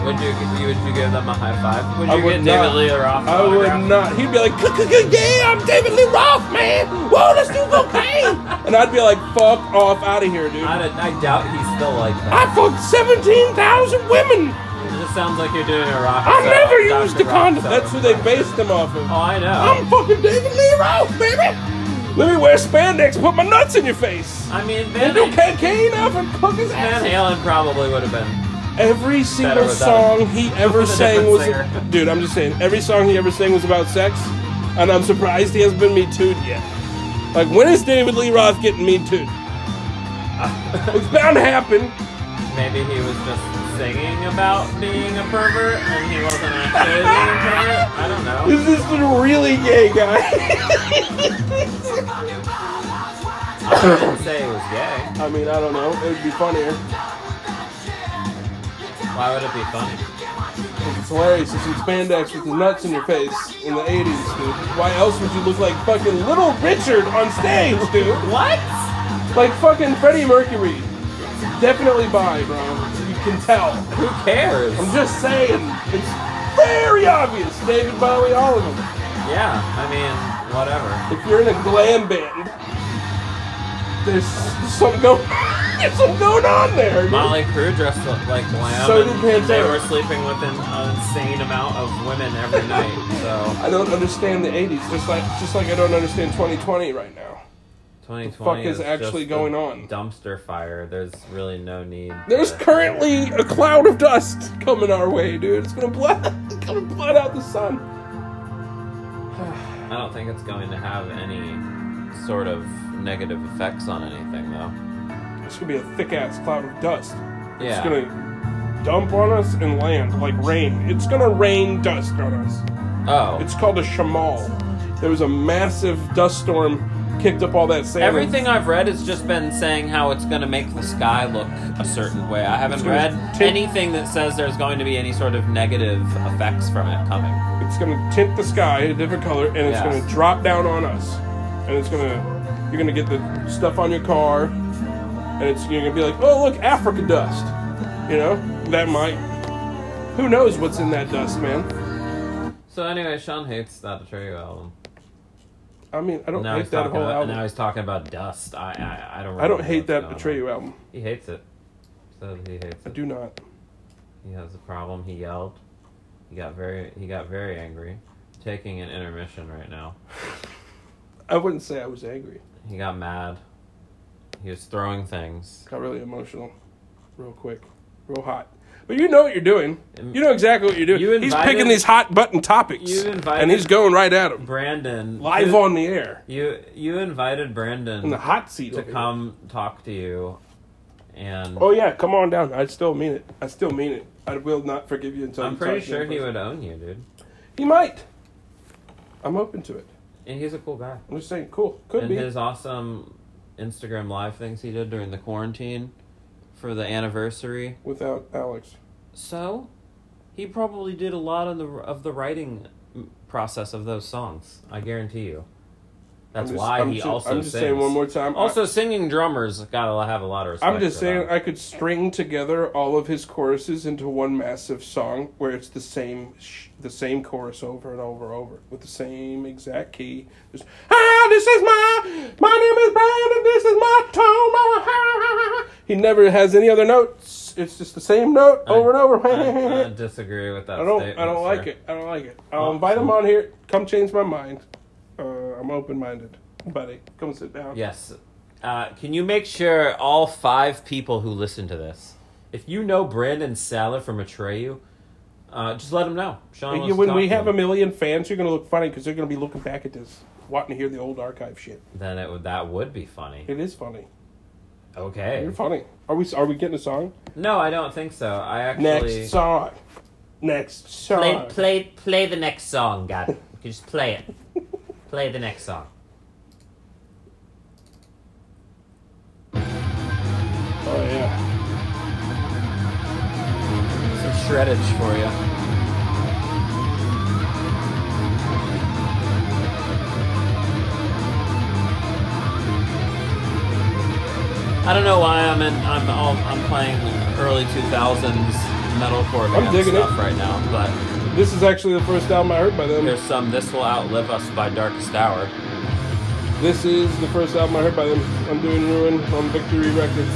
B: Would you would you give them a high five? Would you
A: I would
B: get
A: not.
B: David Lee Roth?
A: I would not. He'd be like, "Good, good, good, "Yeah, I'm David Lee Roth, man. Whoa, let's do cocaine." and I'd be like, "Fuck off, out of here, dude."
B: I, don't- I doubt he's still like that.
A: I fucked seventeen thousand women.
B: It just sounds like you're doing a rock.
A: I
B: set,
A: never
B: Dr.
A: used a
B: Rock
A: condom.
B: set.
A: That's who they based him off of.
B: Oh, I
A: I'm
B: know.
A: fucking David Lee Roth, baby. Let me wear spandex, put my nuts in your face.
B: I mean, Van,
A: And do cocaine off and fuck his
B: Van
A: ass.
B: Halen probably would have been.
A: Every single
B: without
A: song he ever
B: With a
A: sang
B: different
A: was,
B: singer.
A: dude. I'm just saying, every song he ever sang was about sex, and I'm surprised he hasn't been me too'd yet. Like, when is David Lee Roth getting me [laughs] too'd? it's bound to happen.
B: Maybe he was just singing about being a pervert and he wasn't actually being a pervert. I don't know.
A: Is this the really gay guy? [laughs]
B: I didn't say he was gay.
A: I mean, I don't know. It would be funnier.
B: Why would it be funny?
A: It's hilarious. It's in spandex with his nuts in your face in the '80s, dude. Why else would you look like fucking Little Richard on stage, dude?
B: What?
A: Like fucking Freddie Mercury. Definitely bi, bro. You can tell.
B: Who cares?
A: I'm just saying. It's very obvious. David Bowie, all of them.
B: Yeah, I mean, whatever.
A: If you're in a glam band, there's something going, [laughs] there's something going on there. dude.
B: Molly Crew dressed up like glam.
A: So
B: and
A: did Pantera.
B: They were sleeping with an insane amount of women every night. So
A: I don't understand the 80s, just like just like I don't understand 2020 right now.
B: 2020
A: fuck is actually
B: just
A: going
B: a
A: on?
B: Dumpster fire. There's really no need.
A: There's
B: to-
A: currently a cloud of dust coming our way, dude. It's gonna blot, it's [laughs] gonna blot out the sun.
B: I don't think it's going to have any sort of negative effects on anything, though.
A: It's gonna be a thick ass cloud of dust.
B: Yeah.
A: It's gonna dump on us and land like rain. It's gonna rain dust on us.
B: Oh,
A: It's called a shamal. There was a massive dust storm, kicked up all that sand.
B: Everything I've read has just been saying how it's going to make the sky look a certain way. I haven't
A: gonna
B: read
A: take-
B: anything that says there's going to be any sort of negative effects from it coming.
A: It's going to tint the sky a different color, and it's
B: Yeah.
A: going to drop down on us. And it's going to, you're going to get the stuff on your car, and it's you're going to be like, oh look, Africa dust. You know, that might. Who knows what's in that dust, man?
B: So anyway, Sean hates that Atreyu album.
A: I mean, I don't
B: Now he's
A: hate that
B: talking
A: whole
B: about now
A: album.
B: he's talking about dust. I I, I don't.
A: I don't
B: really
A: hate
B: know
A: that
B: what's going on.
A: Betrayu album.
B: He hates it. So he hates
A: I
B: it.
A: do not.
B: He has a problem. He yelled. He got very he got very angry. Taking an intermission right now.
A: I wouldn't say I was angry.
B: He got mad. He was throwing things.
A: Got really emotional, real quick, real hot. But you know what you're doing. You know exactly what you're doing.
B: You
A: he's
B: invited-
A: picking these hot button topics,
B: You invited-
A: and he's going right at them,
B: Brandon
A: live
B: you,
A: on the air,
B: you you invited Brandon
A: in the hot seat.
B: to
A: over here.
B: come talk to you and
A: Oh yeah, come on down. I still mean it. I still mean it. I will not forgive you until
B: I'm
A: you
B: pretty
A: talk to me
B: sure
A: in
B: he
A: person.
B: would own you, dude.
A: He might. I'm open to it.
B: And he's a cool guy.
A: I'm just saying, cool. Could
B: and
A: be.
B: his awesome Instagram live things he did during the quarantine for the anniversary.
A: Without Alex,
B: So, he probably did a lot on the of the writing process of those songs. I guarantee you. That's
A: I'm just-
B: why
A: I'm
B: he
A: just-
B: also
A: I'm just
B: sings.
A: saying one more time. I-
B: Also, singing drummers gotta have a lot of respect.
A: I'm just
B: for
A: saying
B: that.
A: I could string together all of his choruses into one massive song where it's the same sh- the same chorus over and over and over with the same exact key. Just, ah, this is my my name is Brandon. This is my tone. my- ah." He never has any other notes. It's just the same note over and over. [laughs]
B: I, I disagree with that.
A: I don't.
B: Statement,
A: I don't like
B: sir.
A: it. I don't like it. I'll
B: Well,
A: invite him
B: so-
A: on here. Come change my mind. Uh, I'm open minded, buddy. Come sit down.
B: Yes. Uh, can you make sure all five people who listen to this, if you know Brandon Salah from Atreyu, uh, just let him know. Sean wants
A: You,
B: to
A: when
B: talk
A: we
B: to
A: have a
B: him.
A: million fans, you're going to look funny because they're going to be looking back at this, wanting to hear the old archive shit.
B: then it would that would be funny.
A: It is funny.
B: Okay.
A: You're funny. Are we? Are we getting a song?
B: No, I don't think so. I
A: Next
B: actually
A: song. Next song.
B: play play play the next song, God. You can just play it.
A: [laughs]
B: Play the next song.
A: Oh yeah.
B: Some shreddage for you. I don't know why I'm in. I'm all, I'm playing early 2000s metalcore
A: I'm
B: band
A: digging
B: stuff
A: it.
B: right now, but
A: This is actually the first album I heard by them.
B: there's some. This will outlive us by Darkest Hour.
A: This is the first album I heard by them. I'm doing Ruin on Victory Records.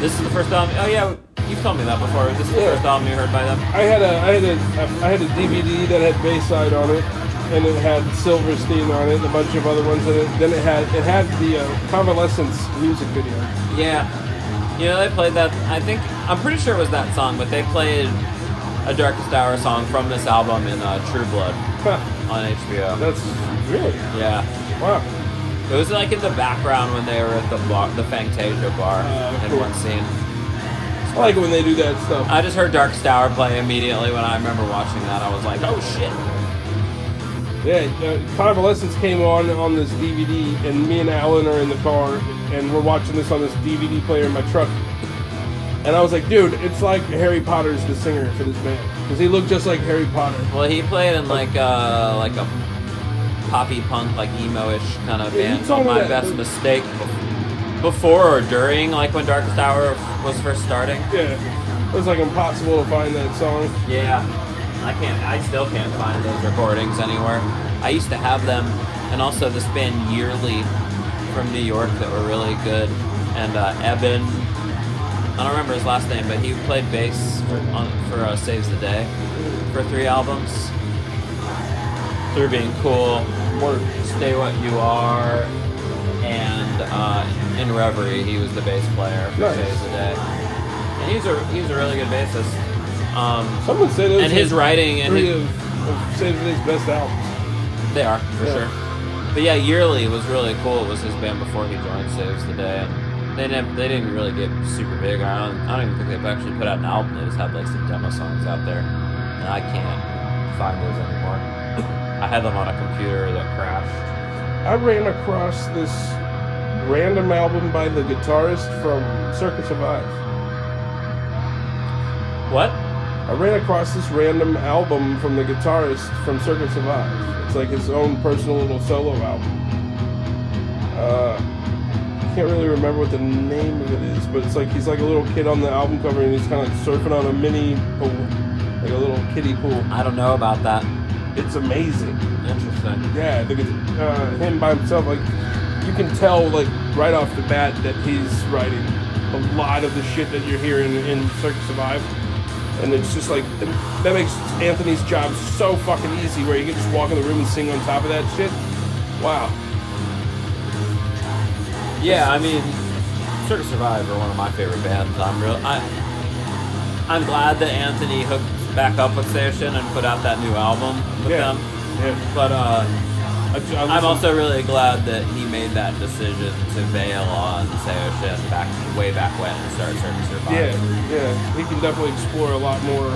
B: This is the first album. Oh yeah, you've told me that before. This is the
A: Yeah.
B: first album you heard by them.
A: I had a I had a I had a DVD that had Bayside on it, and it had Silverstein on it, and a bunch of other ones. And it, then it had it had the uh, Convalescence music video.
B: Yeah. You know, they played that. I think, I'm pretty sure it was that song, but they played a Darkest Hour song from this album in uh, True Blood
A: Huh,
B: on HBO.
A: that's really
B: Yeah.
A: wow.
B: It was like in the background when they were at the bar, the Fantasia bar
A: Uh,
B: in
A: cool.
B: one scene.
A: I like it when they do that stuff.
B: I just heard Darkest Hour play immediately when I remember watching that. I was like, oh shit.
A: Yeah, uh, Convalescence came on on this DVD, and me and Alan are in the car, and we're watching this on this DVD player in my truck. And I was like, dude, it's like Harry Potter's the singer for this band because he looked just like Harry Potter.
B: Well, he played in like a, like a poppy punk, like emo-ish kind of
A: Yeah, you
B: band
A: told
B: called
A: me
B: My
A: that.
B: Best Mistake bef- before or during, like when Darkest Hour was first starting.
A: Yeah, it was like impossible to find that song.
B: Yeah, I can't. I still can't find those recordings anywhere. I used to have them, and also this band Yearly from New York that were really good, and uh, Eben. I don't remember his last name, but he played bass for, on, for uh, Saves the Day for three albums. Through being cool,
A: Word.
B: Stay What You Are, and uh, in Reverie, he was the bass player for
A: Nice.
B: Saves the Day. And he's a he's a really good bassist. Um,
A: Someone said it was
B: and his writing and
A: three
B: his,
A: of, of Save the Day's best albums.
B: they are for
A: Yeah.
B: sure. But yeah, Yearly was really cool. It was his band before he joined Saves the Day. And they didn't they didn't really get super big. I don't, I don't even think they've actually put out an album. They just have like some demo songs out there, and I can't find those anymore. [coughs] I had them on a computer that crashed.
A: I ran across this random album by the guitarist from Circus Survive.
B: What?
A: I ran across this random album from the guitarist from Circus Survive. It's like his own personal little solo album. Uh, can't really remember what the name of it is, but it's like he's like a little kid on the album cover and he's kind of like surfing on a mini pool, like a little kiddie pool.
B: I don't know about that.
A: It's amazing.
B: Interesting.
A: Yeah, the, gu- uh, him by himself, like you can tell, like right off the bat, that he's writing a lot of the shit that you're hearing in Circus Survive, and it's just like that makes Anthony's job so fucking easy, where you can just walk in the room and sing on top of that shit. Wow,
B: Yeah, I mean, Circus Survive are one of my favorite bands. I'm real. I, I'm glad that Anthony hooked back up with Station and put out that new album with
A: yeah,
B: them.
A: yeah.
B: But uh,
A: I, I
B: I'm
A: listened-
B: um, also really glad that he made that decision to bail on Seoshin back way back when and start Circus Survive.
A: Yeah, yeah. We can definitely explore a lot more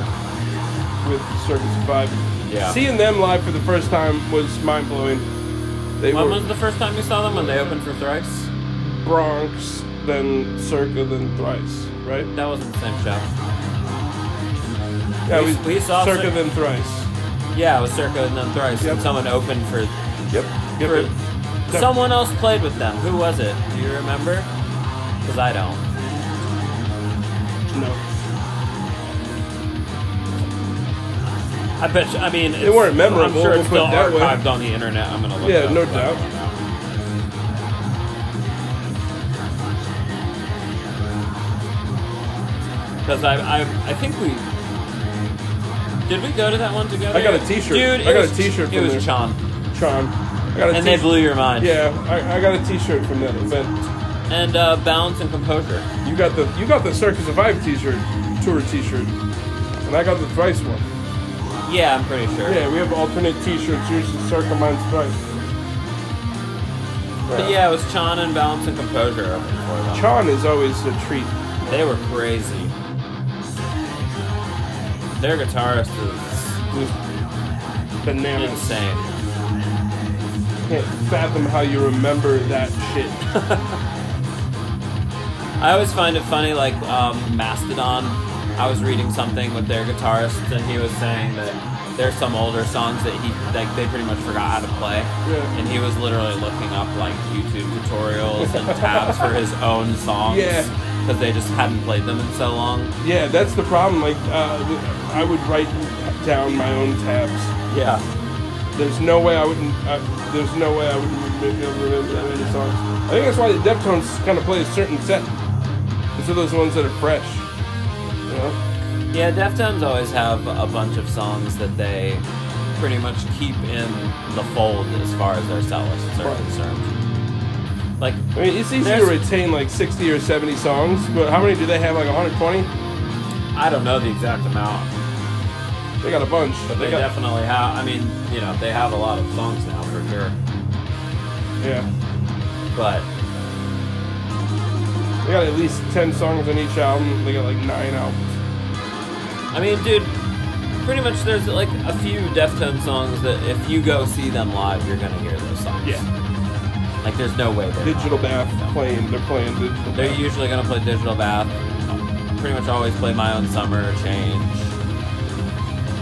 A: with Circus Survive.
B: Yeah.
A: Seeing them live for the first time was mind blowing. They
B: When
A: were
B: was the first time you saw them? When they opened for Thrice?
A: Bronx, then Circa, then Thrice, right?
B: That wasn't the same show.
A: Yeah,
B: We- we saw
A: Circa,
B: Cir-
A: then Thrice.
B: Yeah, it was Circa and then Thrice.
A: Yep.
B: And someone opened for.
A: Yep. yep.
B: for
A: Yep.
B: Someone else played with them. Who was it? Do you remember? Because I don't.
A: No.
B: I bet. You, I mean, it's,
A: weren't memorable,
B: I'm sure
A: we'll
B: it's
A: put
B: still
A: it that way.
B: archived on the internet. I'm gonna look.
A: Yeah,
B: it up,
A: no
B: but-
A: doubt.
B: Because I, I, I think we did we go to that one together?
A: I got a t-shirt.
B: Dude,
A: I
B: it
A: got a
B: was-
A: t-shirt
B: It
A: from
B: was
A: there.
B: Sean,
A: Tron. I got a
B: and they
A: t-
B: blew your mind.
A: Yeah, I, I got a T-shirt from that event.
B: And uh, balance and composure.
A: You got the you got the Circus Survive T-shirt, tour T-shirt, and I got the Thrice one.
B: Yeah, I'm pretty sure.
A: Yeah, we have alternate T-shirts. Yours is Circa, mine's Thrice.
B: But yeah, it was Sean and balance and composure. opening for them.
A: Tron is always a treat.
B: They were crazy. Their guitarist is
A: It was bananas.
B: insane.
A: Can't fathom how you remember that shit.
B: I always find it funny, like um, Mastodon. I was reading something with their guitarist, and he was saying that there's some older songs that he like they pretty much forgot how to play,
A: Yeah.
B: and he was literally looking up like YouTube tutorials
A: [laughs]
B: and tabs for his own songs
A: Yeah.
B: because they just hadn't played them in so long.
A: Yeah, that's the problem. Like, uh, I would write down my own tabs.
B: Yeah,
A: There's no way I wouldn't. I, there's no way I wouldn't remember, remember that many songs. I think that's why the Deftones kind of play a certain set. These are those ones that are fresh. You know?
B: yeah. Deftones always have a bunch of songs that they pretty much keep in the fold as far as their set lists are
A: Right.
B: concerned. Like
A: I mean, it's easy
B: There's-
A: to retain like 60 or 70 songs, but how many do they have? Like 120?
B: I don't know the exact amount.
A: They got a bunch.
B: But they,
A: got,
B: definitely have. I mean, you know, they have a lot of songs now for sure.
A: yeah,
B: But
A: they got at least 10 songs on each album. They got like nine albums.
B: I mean, dude, pretty much there's like a few Deftones songs that if you go see them live, you're gonna hear those songs. Like there's no way. They're
A: Digital
B: not.
A: Bath playing. They're playing Digital
B: They're
A: Bath.
B: usually gonna play Digital Bath. Pretty much always play My Own Summer, Change.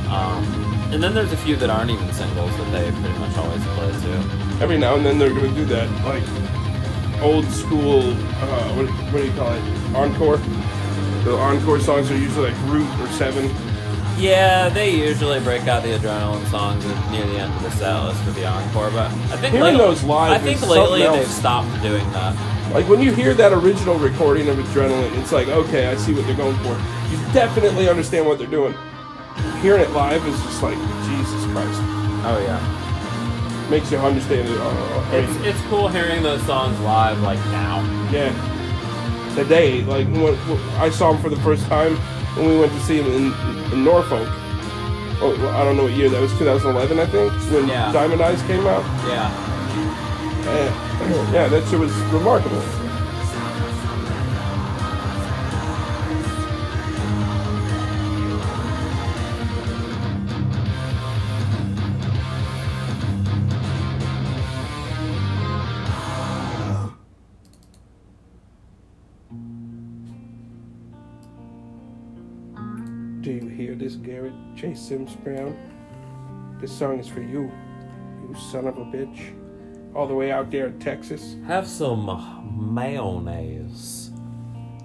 B: Um, and then there's a few that aren't even singles that they pretty much always play too.
A: Every now and then they're gonna do that, like old school. Uh, what, what do you call it? Encore. The encore songs are usually like Root or Seven.
B: Yeah, they usually break out the adrenaline songs at- near the end of the set list for the encore, but I think
A: Hearing
B: lately,
A: those live
B: I
A: is
B: think lately
A: something
B: they've
A: else.
B: stopped doing that.
A: Like when you hear that original recording of Adrenaline, it's like, okay, I see what they're going for. You definitely understand what they're doing. Hearing it live is just like Jesus Christ.
B: Oh yeah,
A: Makes you understand it. Uh, I
B: it's
A: mean,
B: it's cool hearing those songs live like now.
A: yeah. Today, like when, when I saw him for the first time when we went to see him in, in Norfolk. Oh, well, I don't know what year that was, 2011, I think, when
B: Yeah.
A: Diamond Eyes came out.
B: Yeah,
A: Yeah, yeah, that shit was remarkable. Do you hear this, Garrett? J. Sims Brown? This song is for you, you son of a bitch. All the way out there in Texas.
B: Have some mayonnaise.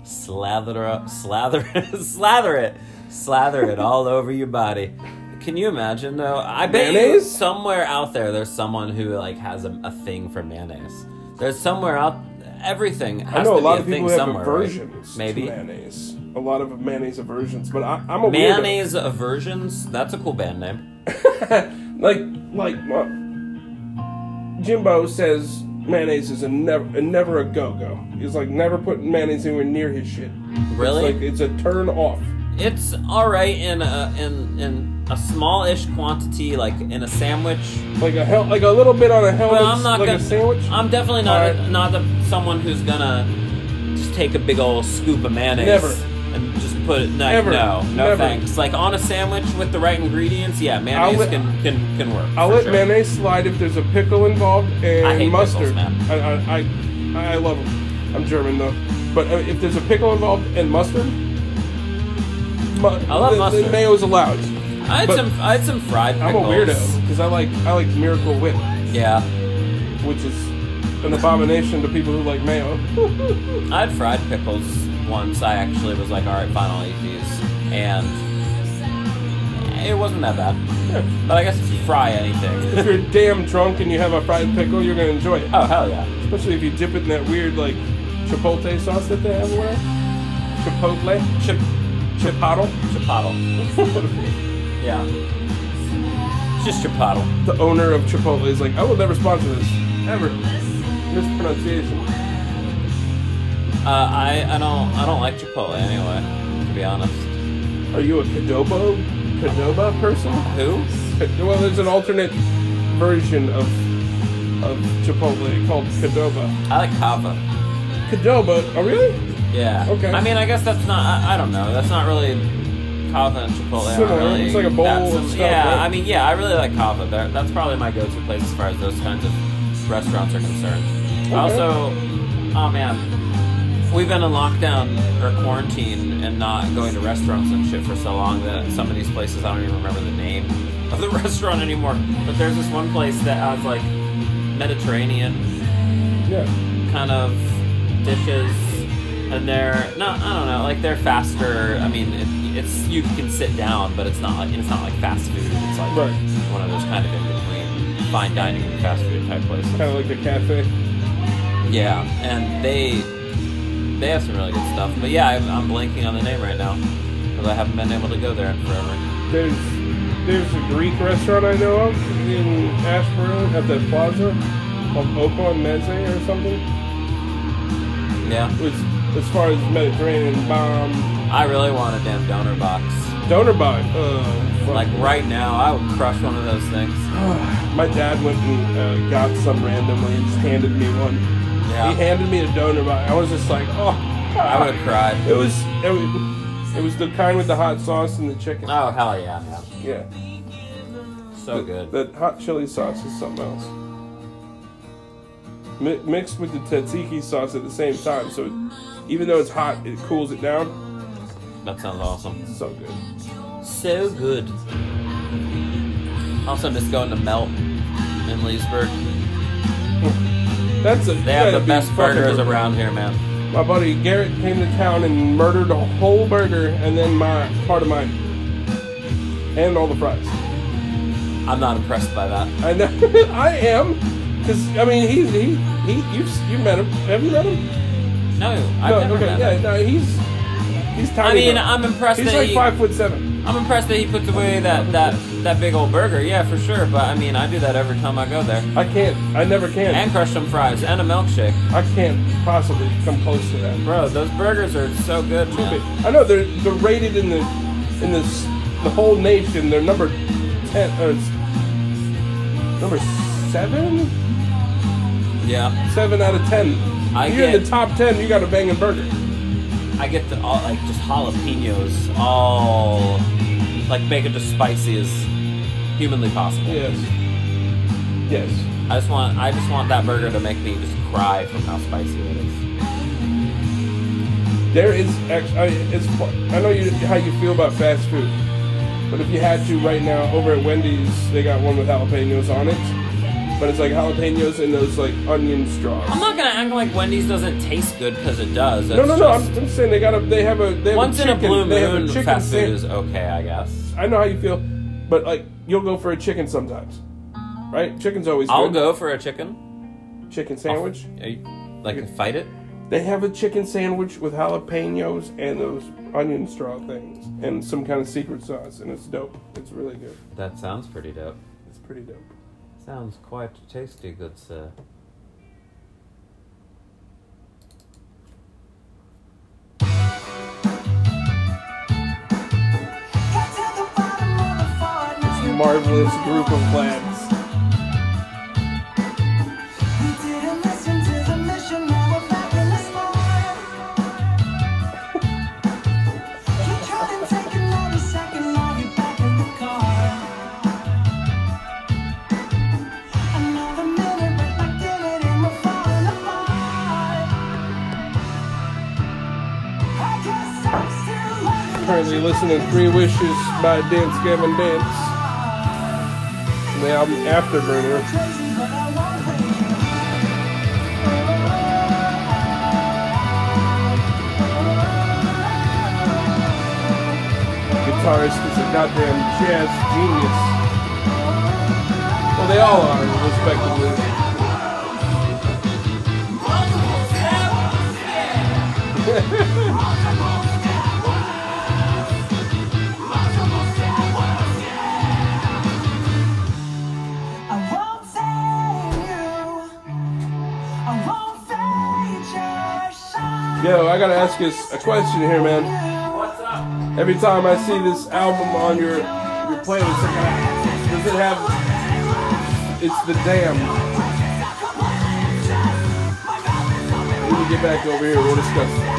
B: Slather up, slather, slather it, [laughs] slather it all over your body. Can you imagine though? I bet you
A: Mayonnaise?
B: somewhere out there, there's someone who like has a, a thing for mayonnaise. There's somewhere out, everything has
A: I know
B: to
A: a lot
B: be
A: of
B: a thing
A: people have
B: somewhere. right?
A: aversions
B: Maybe
A: to mayonnaise. A lot of mayonnaise aversions, but I, I'm a weirdo.
B: mayonnaise aversions. That's a cool band name.
A: [laughs] like like uh, Jimbo says mayonnaise is a never a never a go go. He's like never putting mayonnaise anywhere near his shit.
B: Really?
A: It's like it's a turn off.
B: It's all right in a in in a smallish quantity, like in a sandwich.
A: Like a hel- like a little bit on a helmet,
B: But I'm not
A: like
B: gonna.
A: a sandwich.
B: I'm definitely not
A: All right.
B: not the, someone who's gonna just take a big old scoop of mayonnaise
A: Never.
B: and just put it. No,
A: Never.
B: no, no
A: Never.
B: thanks. Like on a sandwich with the right ingredients, yeah, mayonnaise
A: let-
B: can, can can work.
A: I'll
B: for
A: let
B: sure.
A: mayonnaise slide if there's a pickle involved and
B: I hate
A: mustard.
B: pickles, man.
A: I, I, I I love them. I'm German though, but uh, if there's a pickle involved and mustard, mu-
B: I love
A: then-
B: mustard.
A: Then mayo's allowed.
B: I had
A: but-
B: some I had some fried
A: I'm a
B: pickles.
A: weirdo because I like I like Miracle Whip,
B: Yeah,
A: which is an abomination to people who like mayo. [laughs]
B: I had fried pickles once. I actually was like, all right, fine, I'll eat these, and it wasn't that bad.
A: Yeah.
B: But I guess if you fry
A: If [laughs]
B: anything,
A: you're damn drunk and you have a fried pickle, you're gonna enjoy it.
B: oh hell yeah.
A: Especially if you dip it in that weird like chipotle sauce that they have around. Chipotle,
B: Chip,
A: chipotle. [laughs]
B: chipotle. Yeah. It's just chipotle.
A: the owner of Chipotle is like, I will never sponsor this. Ever. Mispronunciation.
B: Uh, I, I don't I don't like chipotle anyway. To be honest.
A: Are you a Cadobo? Cadoba person?
B: Who?
A: Well, there's an alternate version of of Chipotle called Cadoba.
B: I like kava.
A: Cadoba? Oh, really?
B: Yeah.
A: Okay.
B: I mean, I guess that's not. I, I don't know. That's not really kava and chipotle. aren't
A: Similar.
B: Really
A: It's like a bowl
B: that
A: of
B: sim-
A: stuff,
B: Yeah.
A: right?
B: I mean, yeah. I really like kava. There, that's probably my go-to place as far as those kinds of restaurants are concerned.
A: Okay.
B: Also, oh man. We've been in lockdown or quarantine and not going to restaurants and shit for so long that some of these places I don't even remember the name of the [laughs] restaurant anymore. But there's this one place that has like Mediterranean
A: Yeah.
B: kind of dishes, and they're no, I don't know, like they're faster. I mean, it, it's you can sit down, but it's not like it's not like fast food. It's like
A: Right.
B: one of those kind of in between fine dining and fast food type places.
A: Kind of like a cafe.
B: Yeah, and they they have some really good stuff. But yeah, I'm, I'm blanking on the name right now because I haven't been able to go there in forever.
A: There's there's a Greek restaurant I know of in Ashburn at the plaza called Opa Meze or something.
B: Yeah,
A: Which, as far as Mediterranean bomb,
B: I really want a damn donor box.
A: donor bug. Uh, fuck.
B: Like right now, I would crush one of those things.
A: My dad went and uh, got some randomly and just handed me one.
B: Yeah.
A: He handed me a donor box. I was just like, oh.
B: I would have cried.
A: It was it was it was the kind with the hot sauce and the chicken.
B: Oh hell yeah, man!
A: Yeah.
B: So good.
A: That hot chili sauce is something else. Mi- mixed with the tzatziki sauce at the same time, so it, even though it's hot, it cools it down.
B: That sounds awesome.
A: So good.
B: So good. Also, just going to Melt in Leesburg.
A: That's a.
B: They have the best burgers around here, man.
A: My buddy Garrett came to town and murdered a whole burger and then my part of mine. And all the fries.
B: I'm not impressed by that.
A: I know [laughs] I am. Cause I mean he's he he you've you met him. Have you met him?
B: No, I've
A: no,
B: never
A: okay,
B: met
A: yeah,
B: him.
A: no, he's he's tiny.
B: I mean,
A: bro.
B: I'm impressed
A: He's
B: that
A: like
B: he-
A: five foot seven.
B: I'm impressed that he puts away that, that, that big old burger. Yeah, for sure. But I mean, I do that every time I go there.
A: I can't I never can.
B: And crush some fries and a milkshake.
A: I can't possibly come close to that.
B: Bro, those burgers are so good,
A: Stupid.
B: man.
A: I know they're they're rated in the in the s- the whole nation. They're number ten or s- number seven?
B: Yeah.
A: Seven out of ten.
B: I
A: You're in
B: get-
A: the top ten. You got a banging burger.
B: I get the all, like just jalapenos, all like make it just spicy as humanly possible.
A: Yes. Yes.
B: I just want I just want that burger to make me just cry from how spicy it is.
A: There is actually, I, it's. fu- I know you how you feel about fast food, but if you had to right now, over at Wendy's, they got one with jalapenos on it, but it's like jalapenos and those like onion straws.
B: I'm not gonna act like Wendy's doesn't taste good because it does.
A: no,
B: It's
A: no, no.
B: just-
A: I'm, I'm saying they got a. They have a. They have
B: once
A: a chicken,
B: in a blue
A: they have a
B: moon,
A: chicken
B: fast food
A: san-
B: is okay, I guess.
A: I know how you feel, but like you'll go for a chicken sometimes, right? Chicken's always.
B: I'll
A: good.
B: go for a chicken.
A: Chicken sandwich.
B: Are you, like fight it?
A: They have a chicken sandwich with jalapenos and those onion straw things and some kind of secret sauce, and it's dope. It's really good.
B: That sounds pretty dope.
A: It's pretty dope.
B: Sounds quite tasty, good sir.
A: It's a marvelous group of lads. Currently listening to Three Wishes by Dance Gavin Dance, and the album Afterburner.
C: Crazy, but I won't wait.
A: guitarist is a goddamn jazz genius. Well, they all are, respectively.
C: I won't fail you. I won't fade your shine.
A: Yo, I gotta ask you s- a question here, man.
B: What's up?
A: Every time I see this album on your your playlist, I gotta- does it have? It's the damn. When you get back over here, we'll discuss. it.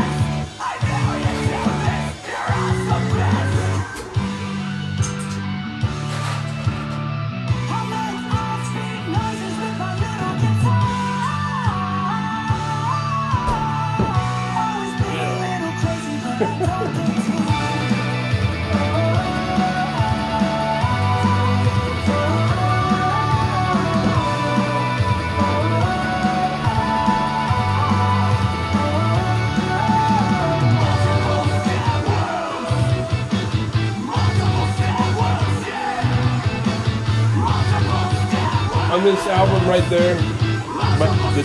C: I make all big noises with my little guitar. Always been a little crazy, but I don't think too
A: On this album right there, but the